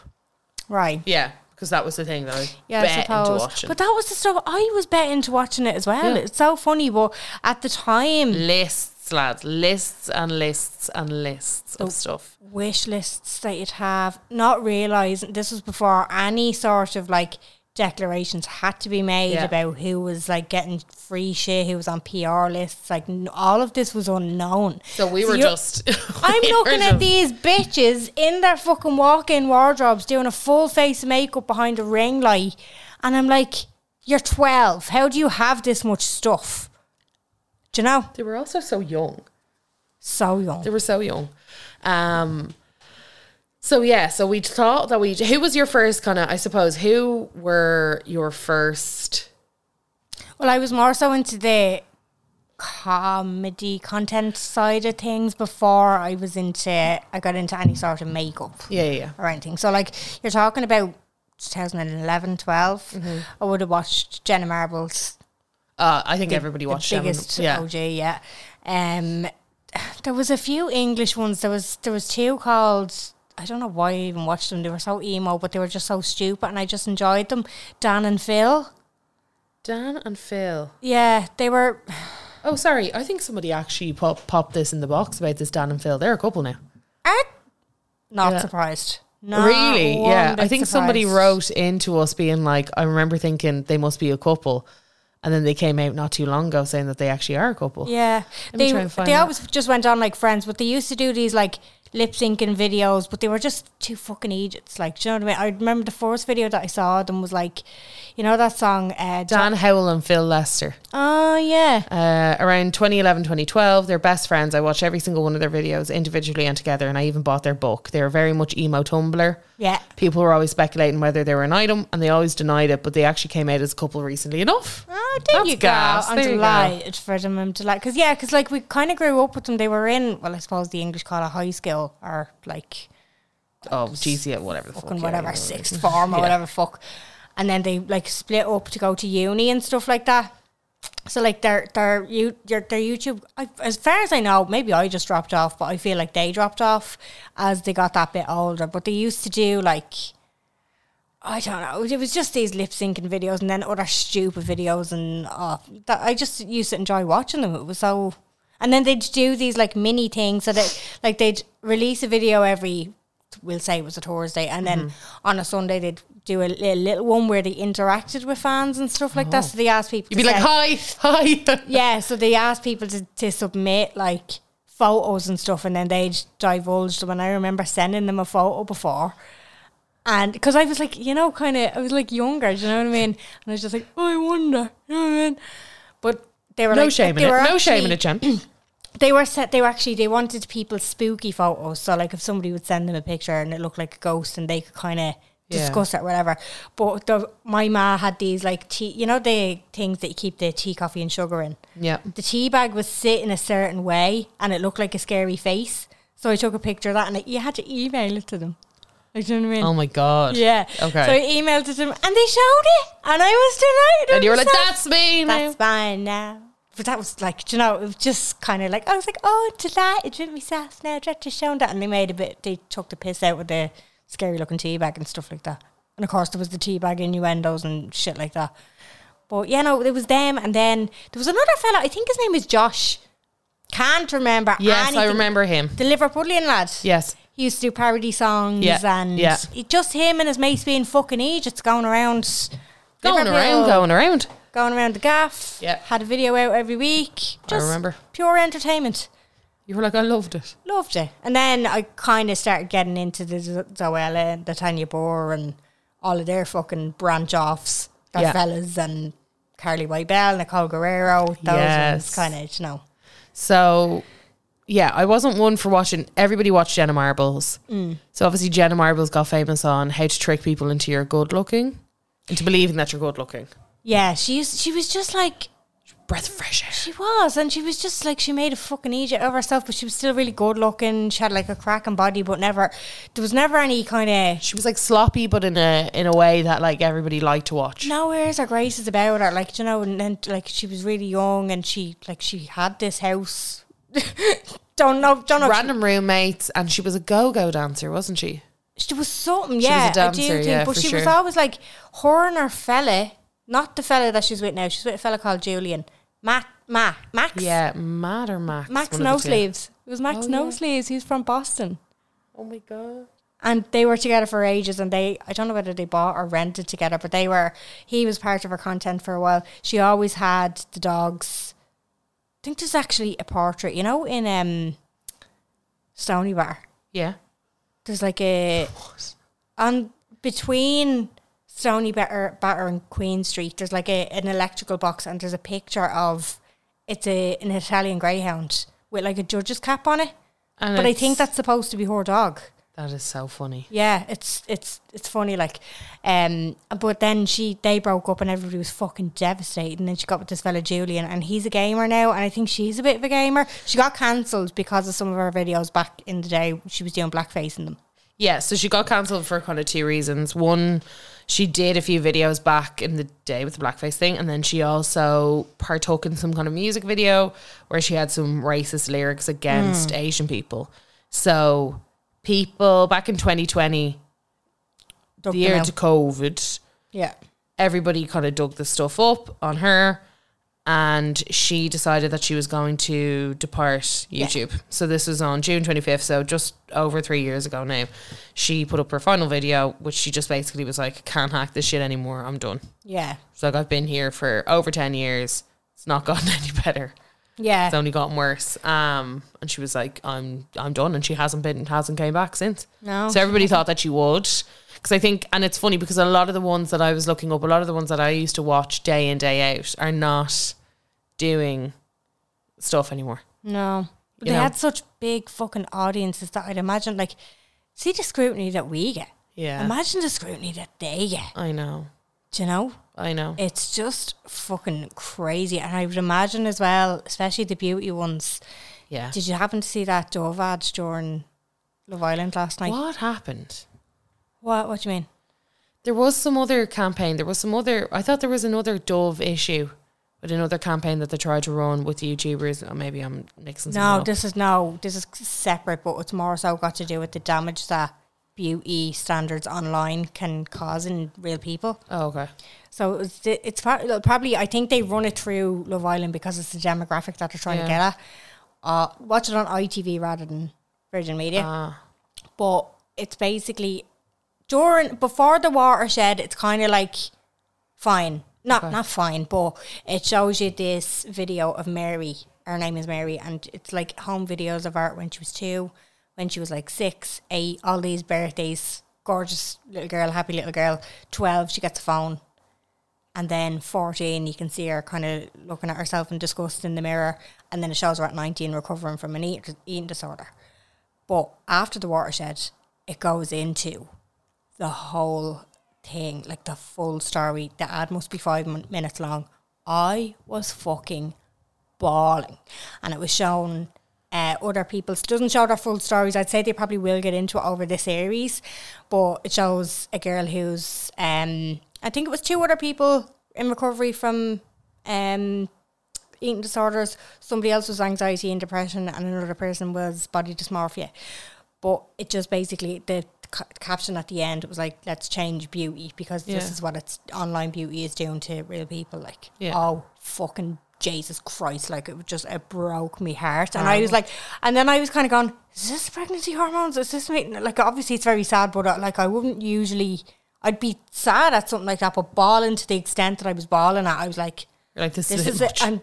[SPEAKER 3] right
[SPEAKER 4] Yeah, because that was the thing that I
[SPEAKER 3] Yeah,
[SPEAKER 4] bet
[SPEAKER 3] I suppose.
[SPEAKER 4] into watching.
[SPEAKER 3] But that was the stuff I was betting to watching it as well. It's so funny, but at the time,
[SPEAKER 4] lists, lads, lists and lists and lists
[SPEAKER 3] Oh.
[SPEAKER 4] of stuff.
[SPEAKER 3] wish lists that you'd have, not realizing this was before any sort of like declarations had to be made
[SPEAKER 4] Yeah.
[SPEAKER 3] about who was like getting free shit, who was on PR lists. Like n- all of this was unknown.
[SPEAKER 4] So we were
[SPEAKER 3] you're-
[SPEAKER 4] just.
[SPEAKER 3] <laughs> I'm
[SPEAKER 4] <laughs> we were
[SPEAKER 3] looking
[SPEAKER 4] just-
[SPEAKER 3] at these bitches in their fucking walk-in wardrobes doing a full face of makeup behind a ring light, and I'm like, "You're 12. How do you have this much stuff?" Do you know?
[SPEAKER 4] They were also so young.
[SPEAKER 3] So young.
[SPEAKER 4] They were so young. Um. So yeah, so we thought that we. Who was your first kind of? I suppose who were your first?
[SPEAKER 3] Well, I was more so into the comedy content side of things before I was into I got into any sort of makeup
[SPEAKER 4] Yeah, yeah, yeah.
[SPEAKER 3] or anything. So like you're talking about 2011, 12. I would have watched Jenna Marbles
[SPEAKER 4] Uh, I think everybody watched
[SPEAKER 3] the
[SPEAKER 4] them.
[SPEAKER 3] biggest
[SPEAKER 4] Yeah.
[SPEAKER 3] OG, yeah. Um, there was a few English ones. There was there was two called I don't know why I even watched them. They were so emo, but they were just so stupid, and I just enjoyed them. Dan and Phil,
[SPEAKER 4] Dan and Phil.
[SPEAKER 3] yeah, they were.
[SPEAKER 4] Oh, sorry. I think somebody actually pop, popped this in the box about this Dan and Phil. They're a couple now.
[SPEAKER 3] eh, not
[SPEAKER 4] Yeah.
[SPEAKER 3] surprised. Not
[SPEAKER 4] really?
[SPEAKER 3] one
[SPEAKER 4] Yeah. I
[SPEAKER 3] bit
[SPEAKER 4] think somebody
[SPEAKER 3] surprised.
[SPEAKER 4] wrote into us being like, I remember thinking they must be a couple. And then they came out not too long ago saying that they actually are a couple.
[SPEAKER 3] Yeah,
[SPEAKER 4] Let me
[SPEAKER 3] they
[SPEAKER 4] try and find
[SPEAKER 3] they
[SPEAKER 4] that.
[SPEAKER 3] always just went on like friends, but they used to do these like lip syncing videos, but they were just two fucking idiots. Like, do you know what I mean? I remember the first video that I saw of them was like, you know that song, uh,
[SPEAKER 4] Dan Howell and Phil Lester.
[SPEAKER 3] Oh yeah,
[SPEAKER 4] Uh, around 2011, 2012, they're best friends. I watched every single one of their videos individually and together, and I even bought their book. They were very much emo Tumblr.
[SPEAKER 3] yeah.
[SPEAKER 4] People were always speculating whether they were an item, and they always denied it, but they actually came out as a couple recently enough.
[SPEAKER 3] Oh, there
[SPEAKER 4] That's
[SPEAKER 3] you go.
[SPEAKER 4] gas.
[SPEAKER 3] I'm
[SPEAKER 4] There you go.
[SPEAKER 3] delighted for them. I'm delighted because yeah, because like we kind of grew up with them. They were in well, I suppose the English call it high school or like
[SPEAKER 4] Oh, GC, whatever the fuck.
[SPEAKER 3] fucking
[SPEAKER 4] yeah,
[SPEAKER 3] whatever
[SPEAKER 4] yeah. <laughs>
[SPEAKER 3] sixth form or
[SPEAKER 4] Yeah.
[SPEAKER 3] whatever fuck. And then they like split up to go to uni and stuff like that. So like their their you their, their YouTube, I, as far as I know, maybe I just dropped off, but I feel like they dropped off as they got that bit older. But they used to do like. I don't know. It was just these lip syncing videos and then other stupid videos and uh, that I just used to enjoy watching them. It was so, and then they'd do these like mini things so that like they'd release a video every, we'll say it was a Thursday, and then
[SPEAKER 4] Mm-hmm.
[SPEAKER 3] on a Sunday they'd do a, li- little one where they interacted with fans and stuff like that. So they asked people,
[SPEAKER 4] Oh. You'd
[SPEAKER 3] to
[SPEAKER 4] be like,
[SPEAKER 3] send-
[SPEAKER 4] hi, hi.
[SPEAKER 3] yeah, so they asked people to, to submit like photos and stuff, and then they'd divulge them. And I remember sending them a photo before. And because I was like, you know, kind of, I was like younger, do you know what I mean? And I was just like, oh, I wonder, you know what I mean? But they were
[SPEAKER 4] no
[SPEAKER 3] like,
[SPEAKER 4] shame in
[SPEAKER 3] they
[SPEAKER 4] it.
[SPEAKER 3] were
[SPEAKER 4] No shame in
[SPEAKER 3] actually-
[SPEAKER 4] it, champ.
[SPEAKER 3] They were set, they were actually, they wanted people spooky photos. So, like, if somebody would send them a picture and it looked like a ghost and they could kind of
[SPEAKER 4] Yeah.
[SPEAKER 3] discuss it, whatever. But the, my ma had these, like, tea, you know, the things that you keep the tea, coffee, and sugar in
[SPEAKER 4] yeah.
[SPEAKER 3] the tea bag was sit in a certain way and it looked like a scary face. So I took a picture of that and like, you had to email it to them. Like, do you know what I mean?
[SPEAKER 4] Oh my God.
[SPEAKER 3] yeah.
[SPEAKER 4] Okay.
[SPEAKER 3] So I emailed it to them and they showed it and I was delighted.
[SPEAKER 4] and you were
[SPEAKER 3] with
[SPEAKER 4] like,
[SPEAKER 3] myself.
[SPEAKER 4] that's me. now."
[SPEAKER 3] That's mine now. But that was like, do you know, it was just kind of like, I was like, oh, delighted with myself now. That just shown that. And they made a bit, they took the piss out with the scary looking tea bag and stuff like that. And of course, there was the tea bag innuendos and shit like that. But yeah, no, it was them. And then there was another fella, I think his name is Josh. Can't remember.
[SPEAKER 4] Yes, I
[SPEAKER 3] anything.
[SPEAKER 4] remember him.
[SPEAKER 3] The Liverpudlian lad.
[SPEAKER 4] Yes.
[SPEAKER 3] He used to do parody songs
[SPEAKER 4] Yeah,
[SPEAKER 3] and
[SPEAKER 4] yeah.
[SPEAKER 3] it- just him and his mates being fucking Egypt's going around.
[SPEAKER 4] Going
[SPEAKER 3] Liverpool
[SPEAKER 4] around, going around.
[SPEAKER 3] going around the gaff.
[SPEAKER 4] Yeah.
[SPEAKER 3] Had a video out every week.
[SPEAKER 4] I remember.
[SPEAKER 3] Pure entertainment.
[SPEAKER 4] You were like, I loved it.
[SPEAKER 3] Loved it. And then I kind of started getting into the Z- Zoella and the Tanya Boer and all of their fucking branch offs. The
[SPEAKER 4] Yeah.
[SPEAKER 3] fellas and Carly White Bell, Nicole Guerrero. Those
[SPEAKER 4] Yes.
[SPEAKER 3] ones kind of, you know.
[SPEAKER 4] So, yeah, I wasn't one for watching. Everybody watched Jenna Marbles. So obviously, Jenna Marbles got famous on how to trick people into your good looking, into believing that you're good looking.
[SPEAKER 3] Yeah, she used, she was just like
[SPEAKER 4] Breath of fresh air.
[SPEAKER 3] she was, and she was just like she made a fucking idiot of herself, but she was still really good looking. She had like a cracking body, but never there was never any kind of
[SPEAKER 4] She was like sloppy, but in a in a way that like everybody liked to watch.
[SPEAKER 3] No airs or graces about her, like do you know, and then like she was really young, and she like she had this house. <laughs> don't know, don't know.
[SPEAKER 4] Random roommates, and she was a go-go dancer, wasn't she?
[SPEAKER 3] She was something,
[SPEAKER 4] She was a
[SPEAKER 3] yeah. I do
[SPEAKER 4] dancer,
[SPEAKER 3] think,
[SPEAKER 4] yeah,
[SPEAKER 3] but
[SPEAKER 4] for
[SPEAKER 3] she was
[SPEAKER 4] sure.
[SPEAKER 3] always like her and her fella, not the fella that she's with now. She's with a fella called Julian, Matt, Ma, Max,
[SPEAKER 4] Yeah, Mad or Max?
[SPEAKER 3] Max
[SPEAKER 4] one of
[SPEAKER 3] No
[SPEAKER 4] the two.
[SPEAKER 3] Sleeves. It was Max
[SPEAKER 4] Oh,
[SPEAKER 3] No
[SPEAKER 4] yeah.
[SPEAKER 3] Sleeves. He's from Boston.
[SPEAKER 4] Oh my god.
[SPEAKER 3] and they were together for ages and they i don't know whether they bought or rented together but they were he was part of her content for a while she always had the dogs i think there's actually a portrait you know in um stony bar
[SPEAKER 4] Yeah.
[SPEAKER 3] there's like a on between Stony Batter, Batter and Queen Street. There's like a, an electrical box, and there's a picture of it's a an Italian greyhound with like a judge's cap on it.
[SPEAKER 4] And
[SPEAKER 3] but I
[SPEAKER 4] it's-
[SPEAKER 3] think that's supposed to be her dog.
[SPEAKER 4] That is so funny.
[SPEAKER 3] Yeah, it's it's it's funny, like, um. But then she they broke up and everybody was fucking devastated. And then she got with this fella Julian, and he's a gamer now, and I think she's a bit of a gamer. She got cancelled because of some of her videos back in the day. She was doing blackface in them.
[SPEAKER 4] Yeah, so she got cancelled for kind of two reasons. One, she did a few videos back in the day with the blackface thing, and then she also partook in some kind of music video where she had some racist lyrics against Asian people. So people back in 2020,
[SPEAKER 3] Dug them
[SPEAKER 4] the year
[SPEAKER 3] out.
[SPEAKER 4] to COVID,
[SPEAKER 3] yeah,
[SPEAKER 4] everybody kind of dug the stuff up on her and she decided that she was going to depart YouTube. So this was on June 25th, so just over 3 years ago now. She put up her final video which she just basically was like can't hack this shit anymore. I'm done.
[SPEAKER 3] yeah,
[SPEAKER 4] She's like I've been here for over 10 years. It's not <laughs> gotten any better.
[SPEAKER 3] yeah.
[SPEAKER 4] It's only gotten worse. Um and she was like I'm I'm done and she hasn't been hasn't came back since.
[SPEAKER 3] No.
[SPEAKER 4] So everybody thought that she would. Because I think, and it's funny because a lot of the ones that I was looking up, a lot of the ones that I used to watch day in, day out, are not doing stuff anymore.
[SPEAKER 3] No. But
[SPEAKER 4] You
[SPEAKER 3] they
[SPEAKER 4] know?
[SPEAKER 3] had such big fucking audiences that I'd imagine, like, see the scrutiny that we get.
[SPEAKER 4] Yeah.
[SPEAKER 3] Imagine the scrutiny that they get.
[SPEAKER 4] I know.
[SPEAKER 3] Do you know?
[SPEAKER 4] I know.
[SPEAKER 3] It's just fucking crazy. And I would imagine as well, especially the beauty ones.
[SPEAKER 4] yeah.
[SPEAKER 3] Did you happen to see that Dove ad during Love Island last night?
[SPEAKER 4] what happened?
[SPEAKER 3] What, what do you mean?
[SPEAKER 4] There was some other campaign. There was some other, I thought there was another Dove issue, but another campaign that they tried to run with the YouTubers. Oh, maybe I'm mixing something
[SPEAKER 3] No,
[SPEAKER 4] up.
[SPEAKER 3] this is no, this is separate, but it's more so got to do with the damage that beauty standards online can cause in real people.
[SPEAKER 4] Oh, okay.
[SPEAKER 3] So it's it's pro- probably I think they run it through Love Island because it's the demographic that they're trying to get
[SPEAKER 4] Yeah.
[SPEAKER 3] at. Uh, watch it on ITV rather than Virgin Media. But it's basically during before the watershed. It's kind of like fine, not not fine, but it shows you this video of Mary. Her name is Mary, and it's like home videos of her when she was two, when she was like six, eight, all these birthdays. Gorgeous little girl, happy little girl. Twelve, she gets a phone and then 14 you can see her kind of looking at herself in disgust in the mirror and then it shows her at 19 recovering from an eat- eating disorder but after the watershed it goes into the whole thing like the full story the ad must be five min- minutes long i was fucking bawling and it was shown uh, other people's doesn't show their full stories i'd say they probably will get into it over the series but it shows a girl who's um i think it was two other people in recovery from um eating disorders somebody else was anxiety and depression and another person was body dysmorphia but it just basically the ca- caption at the end it was like let's change beauty because this
[SPEAKER 4] Yeah.
[SPEAKER 3] is what it's online beauty is doing to real people like
[SPEAKER 4] Yeah.
[SPEAKER 3] oh fucking Jesus Christ, like it was just it broke me heart. And I was like and then I was kinda going, Is this pregnancy hormones? Is this making like obviously it's very sad, but uh, like I wouldn't usually I'd be sad at something like that, but bawling to the extent that I was bawling at, I was like,
[SPEAKER 4] You're like, this,
[SPEAKER 3] This
[SPEAKER 4] is,
[SPEAKER 3] is
[SPEAKER 4] a
[SPEAKER 3] it
[SPEAKER 4] bit much.
[SPEAKER 3] and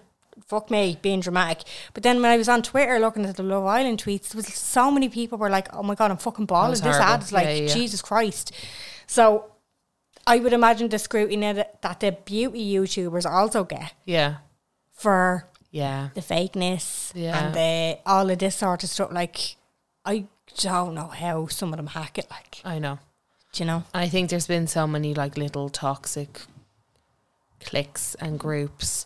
[SPEAKER 3] fuck me, being dramatic. But then when I was on Twitter looking at the Love Island tweets, there was so many people were like, Oh my god, I'm fucking bawling.
[SPEAKER 4] was
[SPEAKER 3] This
[SPEAKER 4] horrible.
[SPEAKER 3] ad is like
[SPEAKER 4] Yeah, yeah, yeah.
[SPEAKER 3] Jesus Christ. So I would imagine the scrutiny that, that the beauty YouTubers also get
[SPEAKER 4] Yeah.
[SPEAKER 3] for
[SPEAKER 4] Yeah.
[SPEAKER 3] the fakeness
[SPEAKER 4] Yeah.
[SPEAKER 3] and the all of this sort of stuff. Like, I don't know how some of them hack it. Like,
[SPEAKER 4] I know.
[SPEAKER 3] do you know?
[SPEAKER 4] I think there's been so many like little toxic cliques and groups.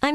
[SPEAKER 1] I'm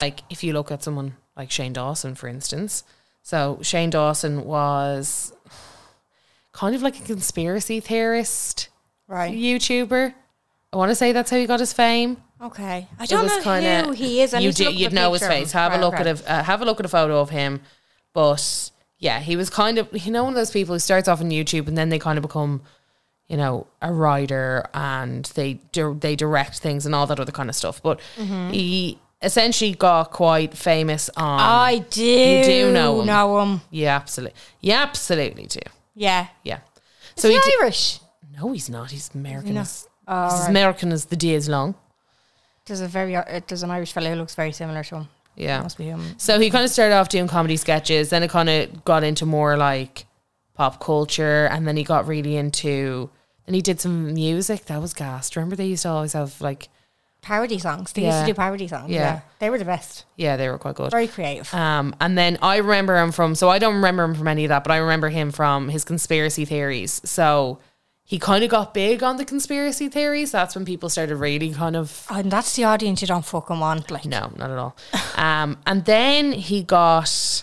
[SPEAKER 4] Like if you look at someone like Shane Dawson, for instance. So Shane Dawson was kind of like a conspiracy theorist,
[SPEAKER 3] Right.
[SPEAKER 4] YouTuber. I want to say that's how he got his fame.
[SPEAKER 3] Okay. I
[SPEAKER 4] It
[SPEAKER 3] don't
[SPEAKER 4] was
[SPEAKER 3] know
[SPEAKER 4] kinda-
[SPEAKER 3] who he is. I
[SPEAKER 4] you
[SPEAKER 3] need to
[SPEAKER 4] do-
[SPEAKER 3] look at
[SPEAKER 4] you'd
[SPEAKER 3] the
[SPEAKER 4] know his
[SPEAKER 3] picture.
[SPEAKER 4] face. Have
[SPEAKER 3] Right,
[SPEAKER 4] a look
[SPEAKER 3] right.
[SPEAKER 4] at a uh, have a look at a photo of him. But yeah, he was kind of you know one of those people who starts off on YouTube and then they kind of become you know a writer and they di- they direct things and all that other kind of stuff. But
[SPEAKER 3] Mm-hmm.
[SPEAKER 4] he essentially got quite famous on.
[SPEAKER 3] I do. You
[SPEAKER 4] do know him.
[SPEAKER 3] Know him.
[SPEAKER 4] yeah, absolutely. Yeah, absolutely do.
[SPEAKER 3] Yeah.
[SPEAKER 4] Yeah.
[SPEAKER 3] Is
[SPEAKER 4] So
[SPEAKER 3] he
[SPEAKER 4] he di-
[SPEAKER 3] Irish? Oh,
[SPEAKER 4] no, he's not. He's American.
[SPEAKER 3] No.
[SPEAKER 4] as- he's as American as the day is long.
[SPEAKER 3] There's a very uh, there's an Irish fellow who looks very similar to him.
[SPEAKER 4] Yeah.
[SPEAKER 3] Must be him.
[SPEAKER 4] So he kind of started off doing comedy sketches, then it kind of got into more like pop culture, and then he got really into. Then he did some music that was gassed. Remember, they used to always have like,
[SPEAKER 3] Parody songs. They
[SPEAKER 4] Yeah.
[SPEAKER 3] used to do parody songs.
[SPEAKER 4] Yeah.
[SPEAKER 3] Yeah. Uh, They were the best.
[SPEAKER 4] yeah, they were quite good.
[SPEAKER 3] Very creative.
[SPEAKER 4] Um, and then I remember him from, so I don't remember him from any of that, but I remember him from his conspiracy theories. So he kind of got big on the conspiracy theories. That's when people started really kind of
[SPEAKER 3] and that's the audience you don't fucking want. Like
[SPEAKER 4] No, not at all. Um, and then he got.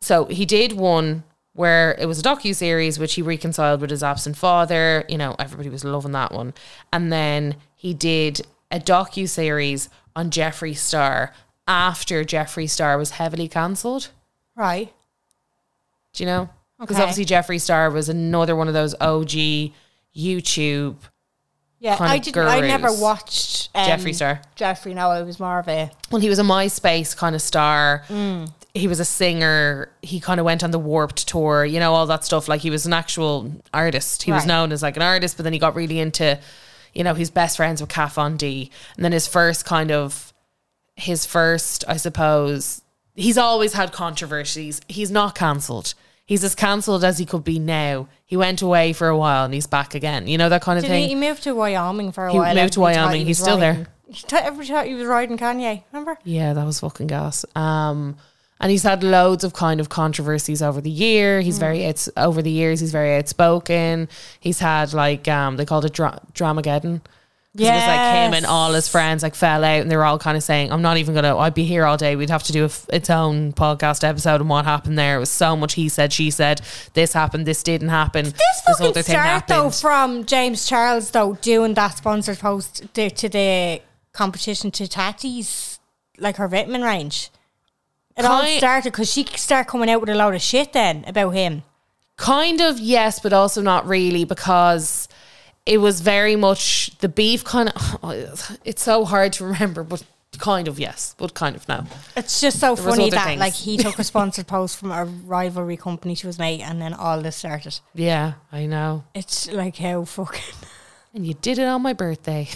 [SPEAKER 4] So he did one where it was a docu series, which he reconciled with his absent father. You know, everybody was loving that one. And then he did a docu series on Jeffree Star after Jeffree Star was heavily cancelled.
[SPEAKER 3] Right.
[SPEAKER 4] Do you know? Because
[SPEAKER 3] Okay.
[SPEAKER 4] obviously Jeffree Star was another one of those OG YouTube.
[SPEAKER 3] Yeah.
[SPEAKER 4] Kind
[SPEAKER 3] I
[SPEAKER 4] of
[SPEAKER 3] did I never
[SPEAKER 4] gurus.
[SPEAKER 3] watched um,
[SPEAKER 4] Jeffree Star.
[SPEAKER 3] Jeffrey, no, it was more of a
[SPEAKER 4] Well, he was a MySpace kind of star.
[SPEAKER 3] Mm.
[SPEAKER 4] He was a singer. He kind of went on the Warped tour, you know, all that stuff. Like he was an actual artist. He was
[SPEAKER 3] Right.
[SPEAKER 4] known as like an artist, but then he got really into, you know, he's best friends with Kat Von D. And then his first kind of, his first, I suppose, he's always had controversies. He's not cancelled. He's as cancelled as he could be now. He went away for a while and he's back again. You know, that kind of
[SPEAKER 3] Did
[SPEAKER 4] thing.
[SPEAKER 3] he, he moved to Wyoming for a
[SPEAKER 4] He
[SPEAKER 3] while?
[SPEAKER 4] moved to
[SPEAKER 3] Everybody thought
[SPEAKER 4] Wyoming.
[SPEAKER 3] he
[SPEAKER 4] He's
[SPEAKER 3] was
[SPEAKER 4] still there.
[SPEAKER 3] riding- <laughs> He thought- Every time he was riding Kanye, remember?
[SPEAKER 4] Yeah, that was fucking gas. Um, and he's had loads of kind of controversies over the year.
[SPEAKER 3] Mm.
[SPEAKER 4] He's very it's over the years. He's very outspoken. He's had like um, they called it dra- dramageddon. 'Cause It was like him and all his friends like fell out, and they were all kind of saying, "I'm not even gonna. I'd be here all day. We'd have to do a f its own podcast episode on what happened there. It was so much he said, she said. This happened. This didn't happen.
[SPEAKER 3] This fucking start though from James Charles though doing that sponsored post to, to the competition to Tati's like her vitamin range. It all
[SPEAKER 4] Kind-
[SPEAKER 3] started because she started coming out with a load of shit then about him.
[SPEAKER 4] Kind of, yes, but also not really because it was very much the beef kind of. <sighs> It's so hard to remember, but kind of, yes, but kind of no.
[SPEAKER 3] It's just so
[SPEAKER 4] There was
[SPEAKER 3] funny
[SPEAKER 4] other
[SPEAKER 3] that
[SPEAKER 4] things.
[SPEAKER 3] like he took
[SPEAKER 4] <laughs>
[SPEAKER 3] a sponsored post from a rivalry company to his mate, and then all this started.
[SPEAKER 4] Yeah, I know.
[SPEAKER 3] It's like how fucking
[SPEAKER 4] And you did it on my birthday.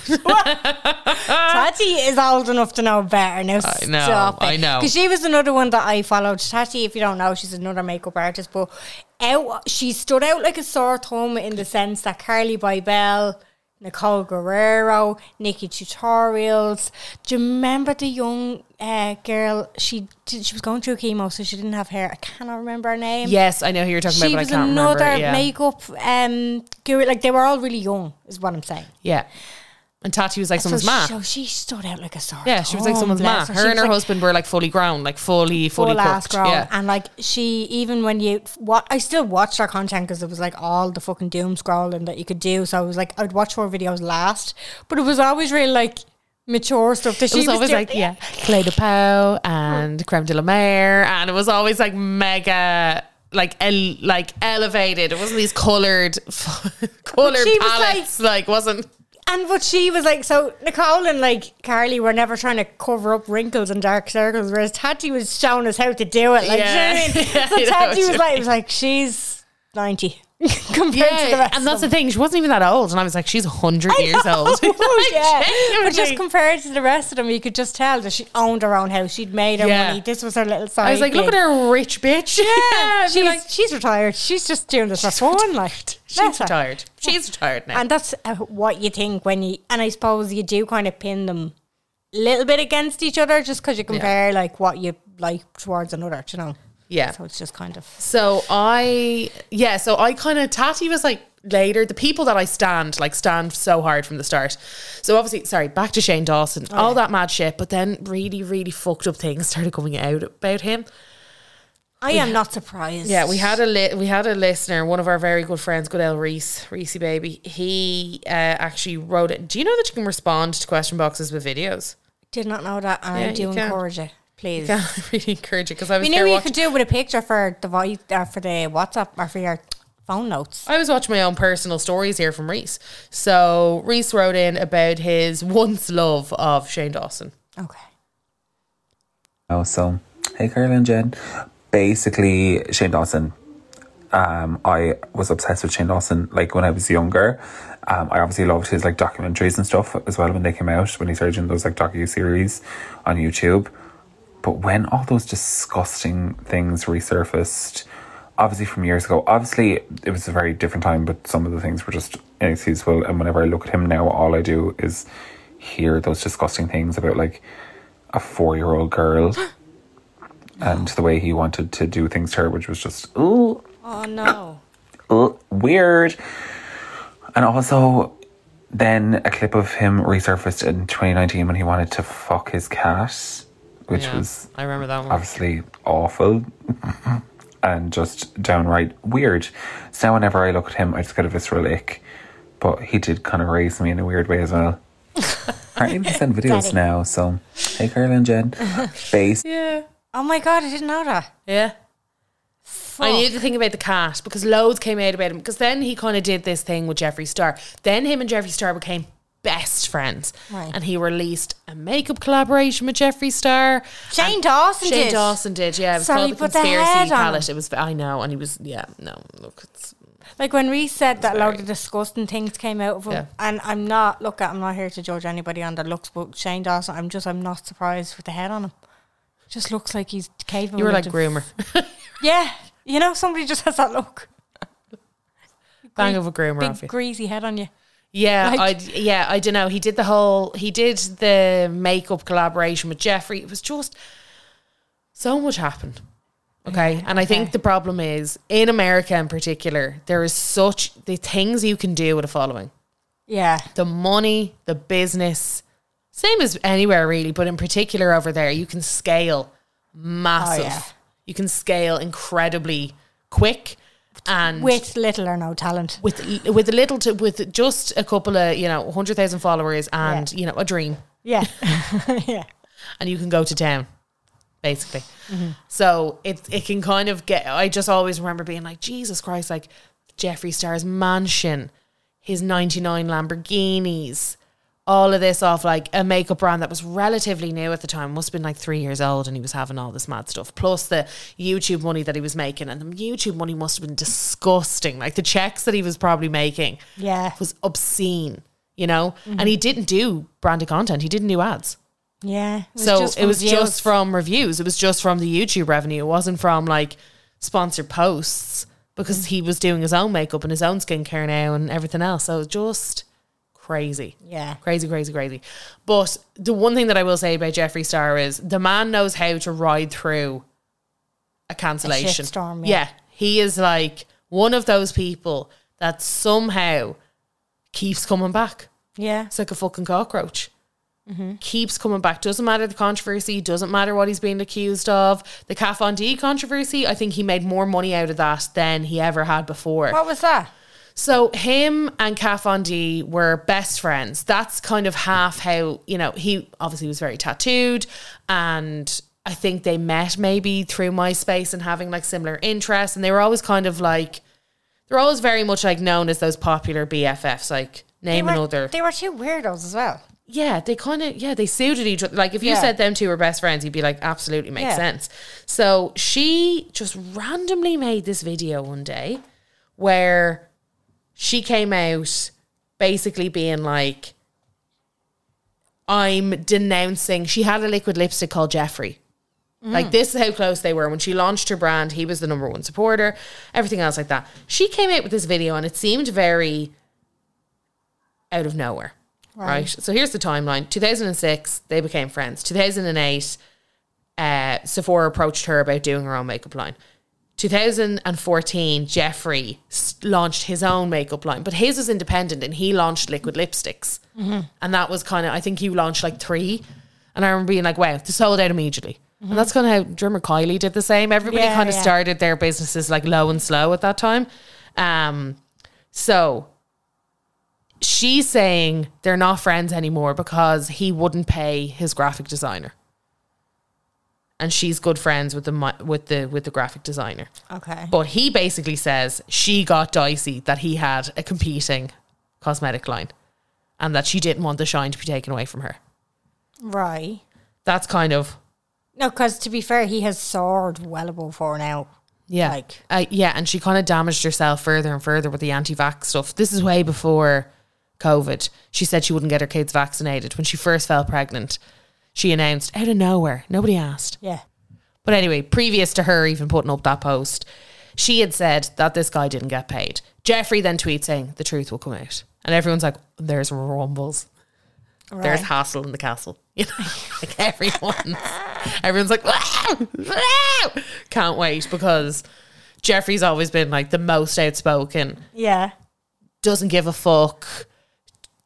[SPEAKER 3] Tati is old enough to know better now.
[SPEAKER 4] I know,
[SPEAKER 3] Stop
[SPEAKER 4] I know.
[SPEAKER 3] Because she was another one that I followed. Tati, if you don't know, she's another makeup artist, but out she stood out like a sore thumb in the sense that Carly Bybel, Nicole Guerrero, Nikki Tutorials. Do you remember the young uh, girl? She did, she was going through chemo, so she didn't have hair. I cannot remember her name.
[SPEAKER 4] <laughs> yes, I know who you're talking
[SPEAKER 3] She
[SPEAKER 4] about,
[SPEAKER 3] was
[SPEAKER 4] but I can't
[SPEAKER 3] another
[SPEAKER 4] remember. Yeah.
[SPEAKER 3] makeup um, guru. Like they were all really young, is what I'm saying.
[SPEAKER 4] yeah. And Tati was like someone's
[SPEAKER 3] so,
[SPEAKER 4] ma.
[SPEAKER 3] so she Oh, stood out like a sore
[SPEAKER 4] yeah, she was like
[SPEAKER 3] thumb,
[SPEAKER 4] someone's ma.
[SPEAKER 3] bless She
[SPEAKER 4] Her,
[SPEAKER 3] was
[SPEAKER 4] and her
[SPEAKER 3] like
[SPEAKER 4] husband were like fully grown, like fully, fully
[SPEAKER 3] full ass
[SPEAKER 4] cooked.
[SPEAKER 3] grown.
[SPEAKER 4] Yeah.
[SPEAKER 3] And like she, even when you what, I still watched her content because it was like all the fucking doom scrolling that you could do. So I was like, I'd watch her videos last, but it was always really like mature stuff that
[SPEAKER 4] It
[SPEAKER 3] she
[SPEAKER 4] was,
[SPEAKER 3] was
[SPEAKER 4] always
[SPEAKER 3] doing.
[SPEAKER 4] like, yeah, Clay de Pau and Creme de la Mer. And it was always like mega, like el- like elevated. It wasn't these colored, <laughs> colored
[SPEAKER 3] she was
[SPEAKER 4] palettes. Like, wasn't.
[SPEAKER 3] And what she was like, so Nicole and like Carly were never trying to cover up wrinkles and dark circles, whereas Tati was showing us how to do it. Like,
[SPEAKER 4] <laughs> Yeah.
[SPEAKER 3] do you know what I mean? so
[SPEAKER 4] I know what
[SPEAKER 3] Tati
[SPEAKER 4] you
[SPEAKER 3] was like, it was like she's ninety <laughs> compared to the
[SPEAKER 4] Yeah,
[SPEAKER 3] rest.
[SPEAKER 4] and that's
[SPEAKER 3] of
[SPEAKER 4] the thing. She wasn't even that old, and I was like, "She's hundred years <laughs>
[SPEAKER 3] <laughs>
[SPEAKER 4] old."
[SPEAKER 3] Oh, yeah. But
[SPEAKER 4] Genuinely.
[SPEAKER 3] just compared to the rest of them, you could just tell that she owned her own house. She'd made her
[SPEAKER 4] Yeah.
[SPEAKER 3] money. This was her little side.
[SPEAKER 4] I was like, "Look at
[SPEAKER 3] gig.
[SPEAKER 4] her rich bitch." <laughs>
[SPEAKER 3] Yeah,
[SPEAKER 4] I'd be
[SPEAKER 3] she's,
[SPEAKER 4] like,
[SPEAKER 3] she's retired. She's just doing this for fun. Like, bless
[SPEAKER 4] she's
[SPEAKER 3] her.
[SPEAKER 4] retired. She's retired now.
[SPEAKER 3] And that's uh, what you think when you, and I suppose you do kind of pin them a little bit against each other just because you compare like what you like towards another, do you know?
[SPEAKER 4] Yeah.
[SPEAKER 3] So it's just kind of
[SPEAKER 4] So I, yeah, so I kind of, Tati was like later, the people that I stand, like stand so hard from the start. So obviously, sorry, back to Shane Dawson, all that mad shit, but then really, really fucked up things started coming out about him.
[SPEAKER 3] I am not surprised.
[SPEAKER 4] Yeah, we had a li- we had a listener, one of our very good friends, Goodell Reese, Reese baby. He uh, actually wrote it. Do you know that you can respond to question boxes with videos? <laughs>
[SPEAKER 3] did not know that and
[SPEAKER 4] Yeah,
[SPEAKER 3] I do
[SPEAKER 4] you can.
[SPEAKER 3] encourage it. Please.
[SPEAKER 4] Yeah, I really encourage it because I was
[SPEAKER 3] We
[SPEAKER 4] there
[SPEAKER 3] knew you
[SPEAKER 4] watching-
[SPEAKER 3] could do it with a picture for the voice uh, for the WhatsApp or for your phone notes.
[SPEAKER 4] I was watching my own personal stories here from Reese. So Reese wrote in about his <laughs> once love of Shane Dawson.
[SPEAKER 3] Okay.
[SPEAKER 5] Oh, so hey, Carol and Jen. Basically, Shane Dawson. Um, I was obsessed with Shane Dawson like when I was younger. Um, I obviously loved his like documentaries and stuff as well when they came out when he started doing those like docu series on YouTube. But when all those disgusting things resurfaced, obviously from years ago, obviously it was a very different time, but some of the things were just inexcusable. And whenever I look at him now, all I do is hear those disgusting things about like a four year old girl and the way he wanted to do things to her, which was just, ooh,
[SPEAKER 3] Oh no.
[SPEAKER 5] ooh, weird. And also, then a clip of him resurfaced in 2019 when he wanted to fuck his cat, which was
[SPEAKER 4] I remember that one.
[SPEAKER 5] obviously awful <laughs> and just downright weird. So now whenever I look at him, I just get a visceral ick. But he did kind of raise me in a weird way as well. I even send videos now, so hey, Carol and Jen. Base.
[SPEAKER 4] Yeah.
[SPEAKER 3] <coughs> Oh my god, I didn't know that.
[SPEAKER 4] Yeah. I knew the thing about the cat because loads came out about him because then he kind of did this thing with Jeffree Star. Then him and Jeffree Star became best friends.
[SPEAKER 3] Right.
[SPEAKER 4] And he released a makeup collaboration with Jeffree Star.
[SPEAKER 3] Shane Dawson
[SPEAKER 4] Shane
[SPEAKER 3] did.
[SPEAKER 4] Dawson did, yeah. It was
[SPEAKER 3] Sorry,
[SPEAKER 4] called the
[SPEAKER 3] but the
[SPEAKER 4] Conspiracy
[SPEAKER 3] head on
[SPEAKER 4] Palette.
[SPEAKER 3] him.
[SPEAKER 4] It was, I know. And he was, yeah, no, look, it's,
[SPEAKER 3] Like when Reese said that load of disgusting things came out of him,
[SPEAKER 4] Yeah.
[SPEAKER 3] and I'm not look at I'm not here to judge anybody on the looks, but Shane Dawson, I'm just I'm not surprised with the head on him. Just looks like he's capable.
[SPEAKER 4] Oh, you were like
[SPEAKER 3] of-
[SPEAKER 4] groomer. <laughs>
[SPEAKER 3] Yeah, you know somebody just has that look.
[SPEAKER 4] Bang of a groomer
[SPEAKER 3] Big
[SPEAKER 4] off you.
[SPEAKER 3] greasy head on you.
[SPEAKER 4] Yeah,
[SPEAKER 3] Like-
[SPEAKER 4] I yeah, I don't know. He did the whole he did the makeup collaboration with Jeffrey. It was just so much happened. Okay. and I think the problem is in America in particular, there is such the things you can do with a following.
[SPEAKER 3] Yeah,
[SPEAKER 4] The money, the business, same as anywhere really, but in particular over there, you can scale massive.
[SPEAKER 3] Oh, yeah.
[SPEAKER 4] You can scale incredibly quick and
[SPEAKER 3] with little or no talent.
[SPEAKER 4] with with a little to with just a couple of you know hundred thousand followers and you know a dream, <laughs>
[SPEAKER 3] Yeah, yeah.
[SPEAKER 4] and you can go to town, basically. So it it can kind of get. I just always remember being like, Jesus Christ, like Jeffree Star's mansion, his ninety nine Lamborghinis. All of this off like a makeup brand that was relatively new at the time, must have been like three years old, and he was having all this mad stuff. Plus the YouTube money that he was making, and the YouTube money must have been disgusting. Like the checks that he was probably making,
[SPEAKER 3] Yeah.
[SPEAKER 4] was obscene, you know? And he didn't do branded content, he didn't do ads.
[SPEAKER 3] Yeah. It
[SPEAKER 4] so it
[SPEAKER 3] from
[SPEAKER 4] was
[SPEAKER 3] views.
[SPEAKER 4] just from reviews, it was just from the YouTube revenue. It wasn't from like sponsored posts because he was doing his own makeup and his own skincare now and everything else. So it was just crazy.
[SPEAKER 3] Yeah.
[SPEAKER 4] Crazy, crazy, crazy. But the one thing that I will say about Jeffree Star is the man knows how to ride through a cancellation.
[SPEAKER 3] shitstorm, yeah.
[SPEAKER 4] yeah. He is like one of those people that somehow keeps coming back.
[SPEAKER 3] Yeah.
[SPEAKER 4] It's like a fucking cockroach.
[SPEAKER 3] Mm-hmm.
[SPEAKER 4] Keeps coming back. Doesn't matter the controversy. Doesn't matter what he's being accused of. The Caf on D controversy. I think he made more money out of that than he ever had before.
[SPEAKER 3] What was that?
[SPEAKER 4] So him and Kat Von D were best friends. That's kind of half how you know he obviously was very tattooed, and I think they met maybe through MySpace and having like similar interests, and they were always kind of like they're always very much like known as those popular BFFs, like
[SPEAKER 3] They
[SPEAKER 4] name
[SPEAKER 3] were,
[SPEAKER 4] another.
[SPEAKER 3] they were two weirdos as well.
[SPEAKER 4] yeah, they kind of yeah they suited each other. Like if you
[SPEAKER 3] Yeah.
[SPEAKER 4] said them two were best friends, you'd be like absolutely makes
[SPEAKER 3] Yeah.
[SPEAKER 4] sense. So she just randomly made this video one day where she came out basically being like, I'm denouncing. She had a liquid lipstick called Jeffrey.
[SPEAKER 3] Mm.
[SPEAKER 4] Like, this is how close they were. When she launched her brand, he was the number one supporter, everything else like that. She came out with this video and it seemed very out of nowhere. Right. So here's the timeline 2006, they became friends. 2008, uh, Sephora approached her about doing her own makeup line. 2014, Jeffrey s- launched his own makeup line, but his was independent and he launched liquid lipsticks.
[SPEAKER 3] Mm-hmm.
[SPEAKER 4] And that was kind of, I think he launched like three. And I remember being like, wow, they sold out immediately. And that's kind of how drummer Kylie did the same. Everybody
[SPEAKER 3] Mm-hmm. Yeah,
[SPEAKER 4] kind of
[SPEAKER 3] yeah.
[SPEAKER 4] started their businesses like low and slow at that time. Um, so she's saying they're not friends anymore because he wouldn't pay his graphic designer. And she's good friends with the mi- with the with the graphic designer.
[SPEAKER 3] Okay.
[SPEAKER 4] But he basically says she got dicey that he had a competing cosmetic line and that she didn't want the shine to be taken away from her.
[SPEAKER 3] Right.
[SPEAKER 4] That's kind of
[SPEAKER 3] No, because to be fair, he has soared well above her now.
[SPEAKER 4] yeah.
[SPEAKER 3] Like-
[SPEAKER 4] uh, yeah, and she kind of damaged herself further and further with the anti-vax stuff. This is way before COVID. She said she wouldn't get her kids vaccinated when she first fell pregnant. She announced out of nowhere. Nobody asked.
[SPEAKER 3] Yeah.
[SPEAKER 4] But anyway, previous to her even putting up that post, she had said that this guy didn't get paid. Jeffrey then tweets saying, The truth will come out. And everyone's like, There's rumbles. There's hassle in the castle. <laughs> You know, like everyone's, everyone's like, <laughs> "Wow, wow." Can't wait because Jeffrey's always been like the most outspoken,
[SPEAKER 3] Yeah.
[SPEAKER 4] doesn't give a fuck,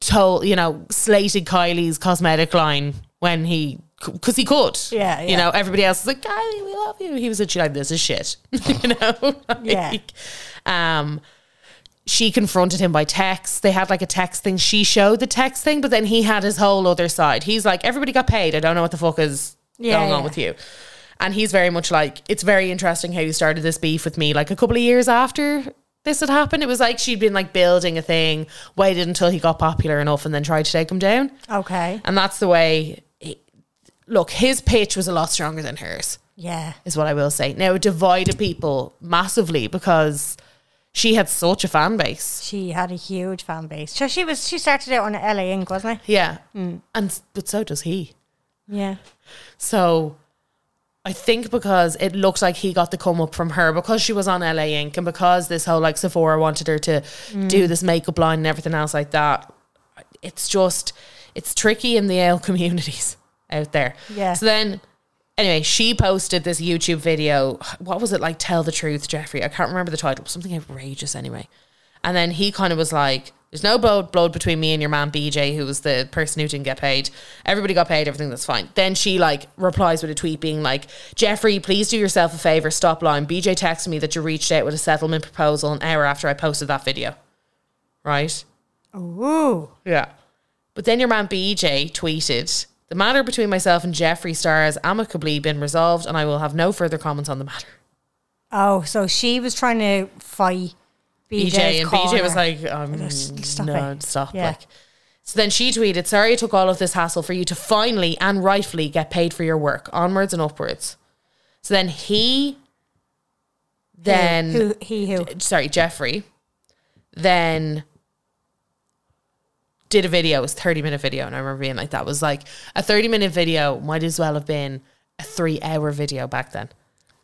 [SPEAKER 4] told, you know, slated Kylie's cosmetic line when he, because he could.
[SPEAKER 3] Yeah,
[SPEAKER 4] You
[SPEAKER 3] yeah.
[SPEAKER 4] know, everybody else is like, Kylie, we love you. He was literally like, this is shit. <laughs> you know?
[SPEAKER 3] Yeah.
[SPEAKER 4] Like, Um, she confronted him by text. They had like a text thing. She showed the text thing, but then he had his whole other side. He's like, everybody got paid. I don't know what the fuck is
[SPEAKER 3] Yeah,
[SPEAKER 4] going on
[SPEAKER 3] yeah.
[SPEAKER 4] with you. And he's very much like, it's very interesting how you started this beef with me like a couple of years after this had happened. It was like she'd been like building a thing, waited until he got popular enough and then tried to take him down.
[SPEAKER 3] Okay.
[SPEAKER 4] And that's the way. he- look, his pitch was a lot stronger than hers
[SPEAKER 3] Yeah.
[SPEAKER 4] is what I will say. Now it divided people massively because she had such a fan base.
[SPEAKER 3] She had a huge fan base. So she was. She started out on LA Inc. wasn't it?
[SPEAKER 4] Yeah. And but so does he.
[SPEAKER 3] Yeah.
[SPEAKER 4] So I think because it looked like he got the come up from her because she was on LA Inc. and because this whole like Sephora wanted her to do this makeup line and everything else like that. It's just it's tricky in the ale <laughs> communities out there.
[SPEAKER 3] Yeah.
[SPEAKER 4] So then anyway, she posted this YouTube video. What was it like? Tell the truth, Jeffrey. I can't remember the title. Something outrageous anyway. And then he kind of was like, there's no blood, blood between me and your man BJ, who was the person who didn't get paid. Everybody got paid, everything that's fine. Then she like replies with a tweet being like, Jeffrey, please do yourself a favor, stop lying. BJ texted me that you reached out with a settlement proposal an hour after I posted that video. Right?
[SPEAKER 3] Ooh.
[SPEAKER 4] Yeah. But then your man BJ tweeted, The matter between myself and Jeffree Star has amicably been resolved and I will have no further comments on the matter.
[SPEAKER 3] Oh, so she was trying to fight BJ's
[SPEAKER 4] BJ and BJ was
[SPEAKER 3] corner.
[SPEAKER 4] like, um,
[SPEAKER 3] Just stop
[SPEAKER 4] no,
[SPEAKER 3] it.
[SPEAKER 4] stop.
[SPEAKER 3] Yeah.
[SPEAKER 4] Like. So then she tweeted, Sorry it took all of this hassle for you to finally and rightfully get paid for your work. Onwards and upwards. So then he then
[SPEAKER 3] who, he who
[SPEAKER 4] sorry, Jeffrey, then did a video. It was a 30 minute video. And I remember being like, that was like a 30 minute video might as well have been a three hour video back then.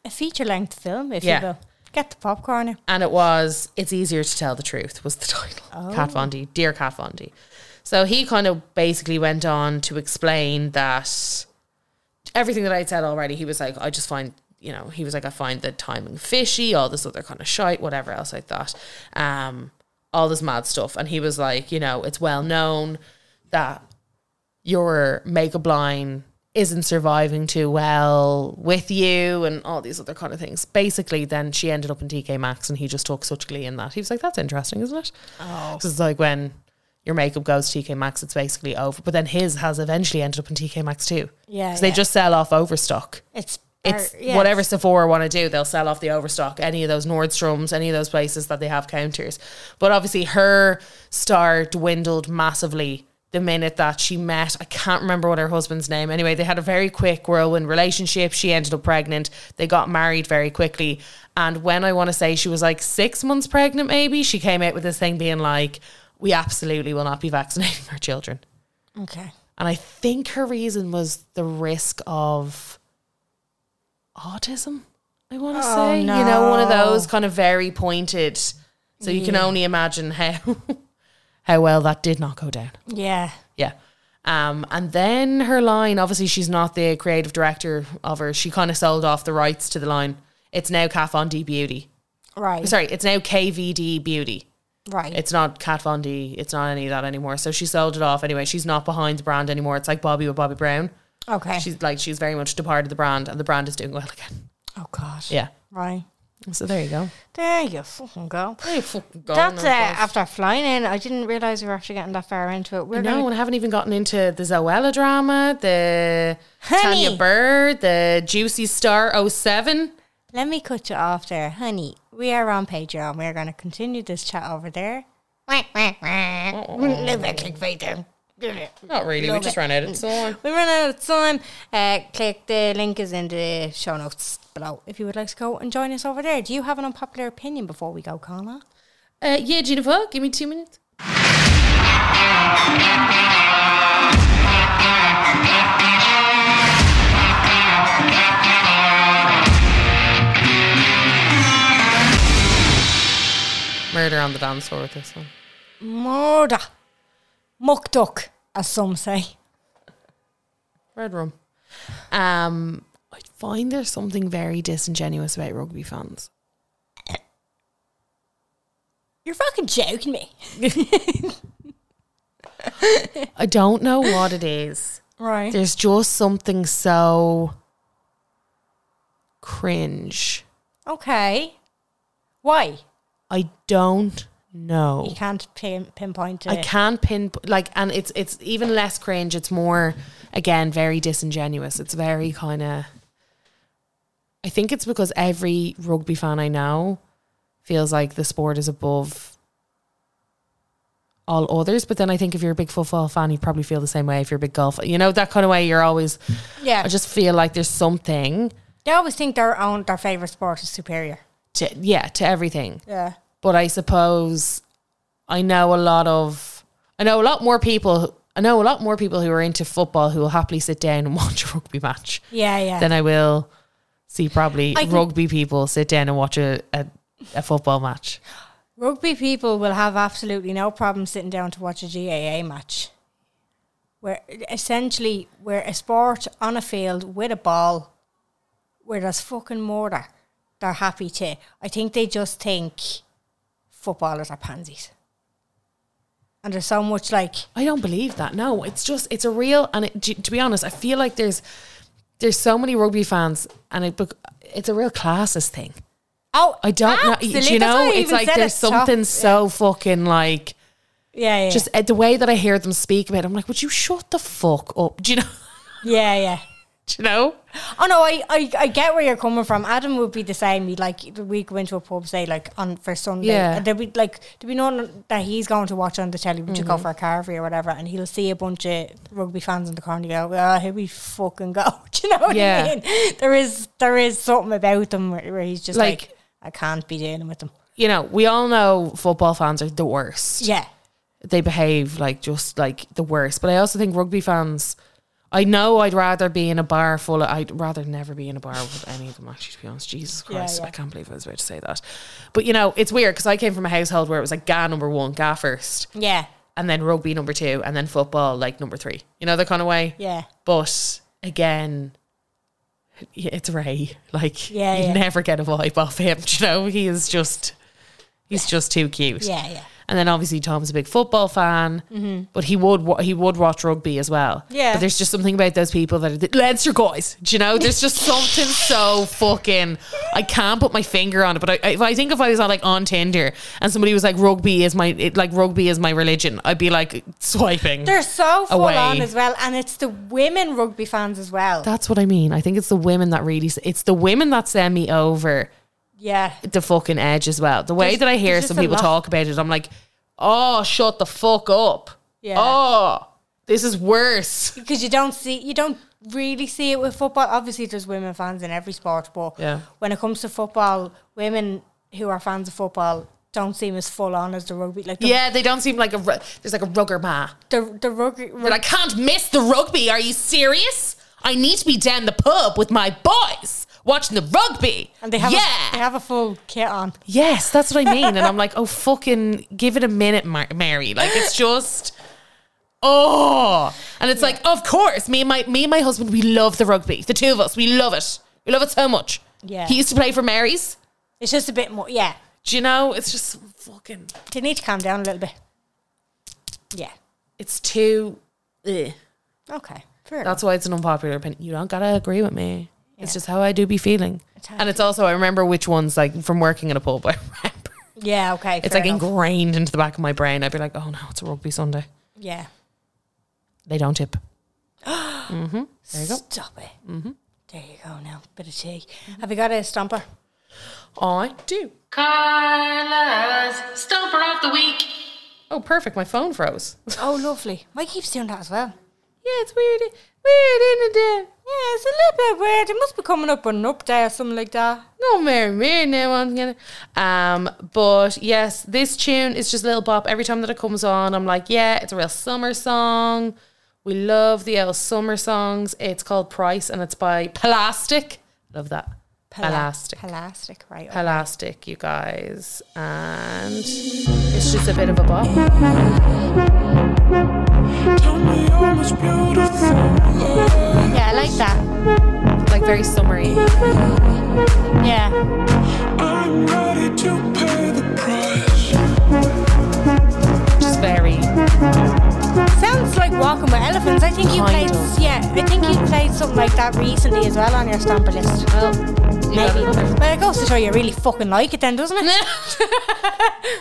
[SPEAKER 3] a feature length film, if
[SPEAKER 4] Yeah.
[SPEAKER 3] you will. Get the popcorn. out.
[SPEAKER 4] And it was It's Easier to Tell the Truth was the <laughs> title. Kat Von D, Dear Kat Von D. So he kind of basically went on to explain that everything that I'd said already, he was like, I just find, you know, he was like, I find the timing fishy, all this other kind of shite, whatever else like that. Um, all this mad stuff. And he was like, you know, it's well known that your makeup line isn't surviving too well with you and all these other kind of things. Basically, then she ended up in TK Maxx and he just took such glee in that. He was like, that's interesting, isn't it? Oh. Because it's like when your makeup goes to TK Maxx, it's basically over. But then his has eventually ended up in TK Maxx too.
[SPEAKER 3] Yeah,
[SPEAKER 4] Because they
[SPEAKER 3] yeah.
[SPEAKER 4] just sell off overstock.
[SPEAKER 3] It's
[SPEAKER 4] It's
[SPEAKER 3] or- yeah,
[SPEAKER 4] whatever
[SPEAKER 3] it's-
[SPEAKER 4] Sephora want to do, they'll sell off the overstock, any of those Nordstroms, any of those places that they have counters. But obviously, her star dwindled massively the minute that she met. I can't remember what her husband's name. Anyway, they had a very quick whirlwind relationship. She ended up pregnant. They got married very quickly. And when I want to say she was like six months pregnant, maybe, she came out with this thing being like, we absolutely will not be vaccinating our children.
[SPEAKER 3] Okay.
[SPEAKER 4] And I think her reason was the risk of autism, I want to say. You know, one of those kind of very pointed. So <laughs> you can only imagine how how well that did not go down.
[SPEAKER 3] Yeah.
[SPEAKER 4] Yeah. Um, and then her line, obviously, she's not the creative director of her. She kind of sold off the rights to the line. It's now Kat Von D Beauty.
[SPEAKER 3] Right.
[SPEAKER 4] Sorry, it's now KVD Beauty.
[SPEAKER 3] Right.
[SPEAKER 4] It's not Kat Von D. It's not any of that anymore. So she sold it off anyway. She's not behind the brand anymore. It's like Bobby with Bobby Brown.
[SPEAKER 3] okay.
[SPEAKER 4] She's like she's very much departed the brand, and the brand is doing well again.
[SPEAKER 3] oh God.
[SPEAKER 4] Yeah.
[SPEAKER 3] Right.
[SPEAKER 4] So there you go.
[SPEAKER 3] There you fucking go.
[SPEAKER 4] There you fucking go.
[SPEAKER 3] That's uh,
[SPEAKER 4] now, guys.
[SPEAKER 3] after flying in. I didn't realize we were actually getting that far into it. We're
[SPEAKER 4] no,
[SPEAKER 3] gonna
[SPEAKER 4] and I haven't even gotten into the Zoella drama, the Tanya
[SPEAKER 3] Honey.
[SPEAKER 4] Bird, the Juicy Star 07.
[SPEAKER 3] Let me cut you off there, honey. We are on Patreon. We're going to continue this chat over there. Wah, wah, wah. Love that clickbait there.
[SPEAKER 4] Not really, we just ran out of time.
[SPEAKER 3] We run out of time. Uh, click the link is in the show notes below if you would like to go and join us over there. Do you have an unpopular opinion before we go, Connor?
[SPEAKER 4] Uh, yeah, Jennifer, give me two minutes. Murder on the dance floor with this one.
[SPEAKER 3] Murder. Muck duck, as some say.
[SPEAKER 4] Red Rum. Um, I find there's something very disingenuous about rugby fans.
[SPEAKER 3] You're fucking joking me.
[SPEAKER 4] I don't know what
[SPEAKER 3] <laughs>
[SPEAKER 4] it is.
[SPEAKER 3] <laughs> Right.
[SPEAKER 4] There's just something so cringe.
[SPEAKER 3] Okay. Why?
[SPEAKER 4] I don't
[SPEAKER 3] You
[SPEAKER 4] know.
[SPEAKER 3] can't pin- pinpoint it.
[SPEAKER 4] I can't pin like, and it's it's even less cringe. It's more again very disingenuous. It's very kind of. I think it's because every rugby fan I know feels like the sport is above all others. But then I think if you're a big football fan, you probably feel the same way. If you're a big golf, you know that kind of way. You're always.
[SPEAKER 3] Yeah.
[SPEAKER 4] I just feel like there's something.
[SPEAKER 3] They always think their own their favorite sport is superior.
[SPEAKER 4] To, yeah, to everything.
[SPEAKER 3] Yeah.
[SPEAKER 4] but I suppose I know a lot of I know a lot more people I know a lot more people who are into football who will happily sit down and <laughs> watch a rugby match
[SPEAKER 3] Yeah, yeah.
[SPEAKER 4] than I will see probably
[SPEAKER 3] I can-
[SPEAKER 4] rugby people sit down and watch a, a, a football match.
[SPEAKER 3] Rugby people will have absolutely no problem sitting down to watch a GAA match. Where essentially we're a sport on a field with a ball where there's fucking murder. They're happy to. I think they just think footballers are pansies. And there's so much like
[SPEAKER 4] I don't believe that. No, it's just it's a real and it, to to be honest, I feel like there's there's so many rugby fans and it bec- it's a real classes thing.
[SPEAKER 3] oh
[SPEAKER 4] I don't know.
[SPEAKER 3] absolutely.
[SPEAKER 4] Do you
[SPEAKER 3] That's why
[SPEAKER 4] know?
[SPEAKER 3] I
[SPEAKER 4] It's
[SPEAKER 3] even
[SPEAKER 4] like
[SPEAKER 3] said
[SPEAKER 4] there's
[SPEAKER 3] it's tough.
[SPEAKER 4] something so fucking like
[SPEAKER 3] yeah, yeah,
[SPEAKER 4] just uh, the way that I hear them speak about it, I'm like, would you shut the fuck up? <laughs> Do you know?
[SPEAKER 3] yeah, yeah.
[SPEAKER 4] Do you know?
[SPEAKER 3] Oh no, I, I, I get where you're coming from. Adam would be the same. He'd like we go into a pub say like on for Sunday.
[SPEAKER 4] Yeah.
[SPEAKER 3] And there'd be like there'd be none that he's going to watch on the telly, would you
[SPEAKER 4] Mm-hmm.
[SPEAKER 3] go for a carvery or whatever, and he'll see a bunch of rugby fans in the corner and go, Oh, here we fucking go. <laughs> Do you know what
[SPEAKER 4] Yeah.
[SPEAKER 3] I mean? There is there is something about them where, where he's just like,
[SPEAKER 4] Like-
[SPEAKER 3] I can't be dealing with them.
[SPEAKER 4] You know, we all know football fans are the worst.
[SPEAKER 3] Yeah.
[SPEAKER 4] They behave like just like the worst. But I also think rugby fans, I know I'd rather be in a bar full of, I'd rather never be in a bar with any of them, actually, to be honest. Jesus Christ,
[SPEAKER 3] yeah.
[SPEAKER 4] I can't believe I was about to say that. But you know, it's weird because I came from a household where it was like GA number one, GA first,
[SPEAKER 3] Yeah.
[SPEAKER 4] and then rugby number two, and then football like number three. You know, the kind of way.
[SPEAKER 3] Yeah.
[SPEAKER 4] But again, yeah, it's Ray. Like
[SPEAKER 3] Yeah,
[SPEAKER 4] you
[SPEAKER 3] yeah.
[SPEAKER 4] never get a vibe off him. <laughs> do You know, he is just he's just too cute.
[SPEAKER 3] Yeah, yeah.
[SPEAKER 4] And then obviously Tom's a big football fan, but he would wa- he would watch rugby as well.
[SPEAKER 3] Mm-hmm. Yeah.
[SPEAKER 4] But there's just something about those people that are the Leinster guys. Do you know? There's just something so fucking I can't put my finger on it. But I, I- if I think if I was on like on Tinder and somebody was like rugby is my it, like rugby is my religion, I'd be like swiping.
[SPEAKER 3] They're so full
[SPEAKER 4] Away.
[SPEAKER 3] on as well. And it's the women rugby fans as well.
[SPEAKER 4] That's what I mean. I think it's the women that really, it's the women that send me over
[SPEAKER 3] yeah.
[SPEAKER 4] the fucking edge as well. The way
[SPEAKER 3] There's-
[SPEAKER 4] that I hear
[SPEAKER 3] there's just
[SPEAKER 4] some
[SPEAKER 3] a
[SPEAKER 4] people
[SPEAKER 3] lot.
[SPEAKER 4] talk about it, I'm like, oh, shut the fuck up.
[SPEAKER 3] Yeah.
[SPEAKER 4] Oh, this
[SPEAKER 3] <laughs>
[SPEAKER 4] is worse. <laughs>
[SPEAKER 3] because you don't see you don't really see it with football. Obviously, there's women fans in every sport, but
[SPEAKER 4] Yeah.
[SPEAKER 3] when it comes to football, women who are fans of football don't seem as full on as the rugby. Like the,
[SPEAKER 4] Yeah, they don't seem like a, ru- there's like a rugger ma.
[SPEAKER 3] the the rugby.
[SPEAKER 4] But I can't miss the rugby. Are you serious? I need to be down the pub with my boys watching the rugby.
[SPEAKER 3] and they have
[SPEAKER 4] yeah.
[SPEAKER 3] a, they have a full kit on.
[SPEAKER 4] Yes, that's what I mean. And I'm like, oh, fucking give it a minute, Mar- Mary. Like, it's just, oh. And it's like, of course, me and my me and my husband, we love the rugby. The two of us, we love it. We love it so much.
[SPEAKER 3] Yeah.
[SPEAKER 4] He used to play for Mary's.
[SPEAKER 3] It's just a bit more. Yeah,
[SPEAKER 4] Do you know? It's just fucking.
[SPEAKER 3] they need to calm down a little bit. Yeah.
[SPEAKER 4] It's too. Ugh.
[SPEAKER 3] Okay. Fair
[SPEAKER 4] That's why it's an unpopular opinion. You don't gotta agree with me. It's just how I do be feeling.
[SPEAKER 3] how
[SPEAKER 4] and
[SPEAKER 3] I
[SPEAKER 4] it's also I remember which ones like from working at a pub. <laughs> I remember.
[SPEAKER 3] enough. Yeah. Okay.
[SPEAKER 4] It's
[SPEAKER 3] fair
[SPEAKER 4] like
[SPEAKER 3] enough.
[SPEAKER 4] ingrained into the back of my brain. I'd be like, oh no, it's a rugby Sunday.
[SPEAKER 3] Yeah.
[SPEAKER 4] They don't tip.
[SPEAKER 3] Stop it. Mm-hmm. There you go. Now, bit of tea. Have you got a stomper?
[SPEAKER 4] I do.
[SPEAKER 6] Carla's Stomper of the Week.
[SPEAKER 4] Oh, perfect. My phone froze. <laughs>
[SPEAKER 3] Oh, lovely. Mike keeps doing that as well.
[SPEAKER 4] Yeah, it's weird. Weird, isn't it?
[SPEAKER 3] Yeah, it's a little bit weird. It must be coming up on an up day or something like that.
[SPEAKER 4] No merry merry now on together. Um, but yes, this tune is just a little bop. Every time that it comes on, I'm like, yeah, it's a real summer song. We love the old summer songs. It's called Price and it's by Plastic. Love that.
[SPEAKER 3] Pala-
[SPEAKER 4] Plastic.
[SPEAKER 3] Elastic, right.
[SPEAKER 4] Plastic, you guys. And it's just a bit of a bop.
[SPEAKER 3] yeah, I like that.
[SPEAKER 4] Like very summery.
[SPEAKER 3] Yeah.
[SPEAKER 4] Just very
[SPEAKER 3] Sounds like walking with elephants. I think you
[SPEAKER 4] Kind
[SPEAKER 3] played
[SPEAKER 4] of.
[SPEAKER 3] yeah, I think you played something like that recently as well on your stomper list.
[SPEAKER 4] well. You got
[SPEAKER 3] Maybe.
[SPEAKER 4] another.
[SPEAKER 3] Well, it goes to show you really fucking like it then, doesn't it?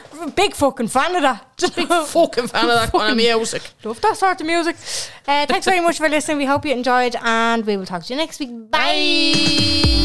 [SPEAKER 4] <laughs>
[SPEAKER 3] I'm a <laughs> big fucking fan of that. Big
[SPEAKER 4] Fucking fan of that kind of music.
[SPEAKER 3] Love that sort of music. Uh, thanks very much for listening. We hope you enjoyed and we will talk to you next week. Bye.
[SPEAKER 4] Bye.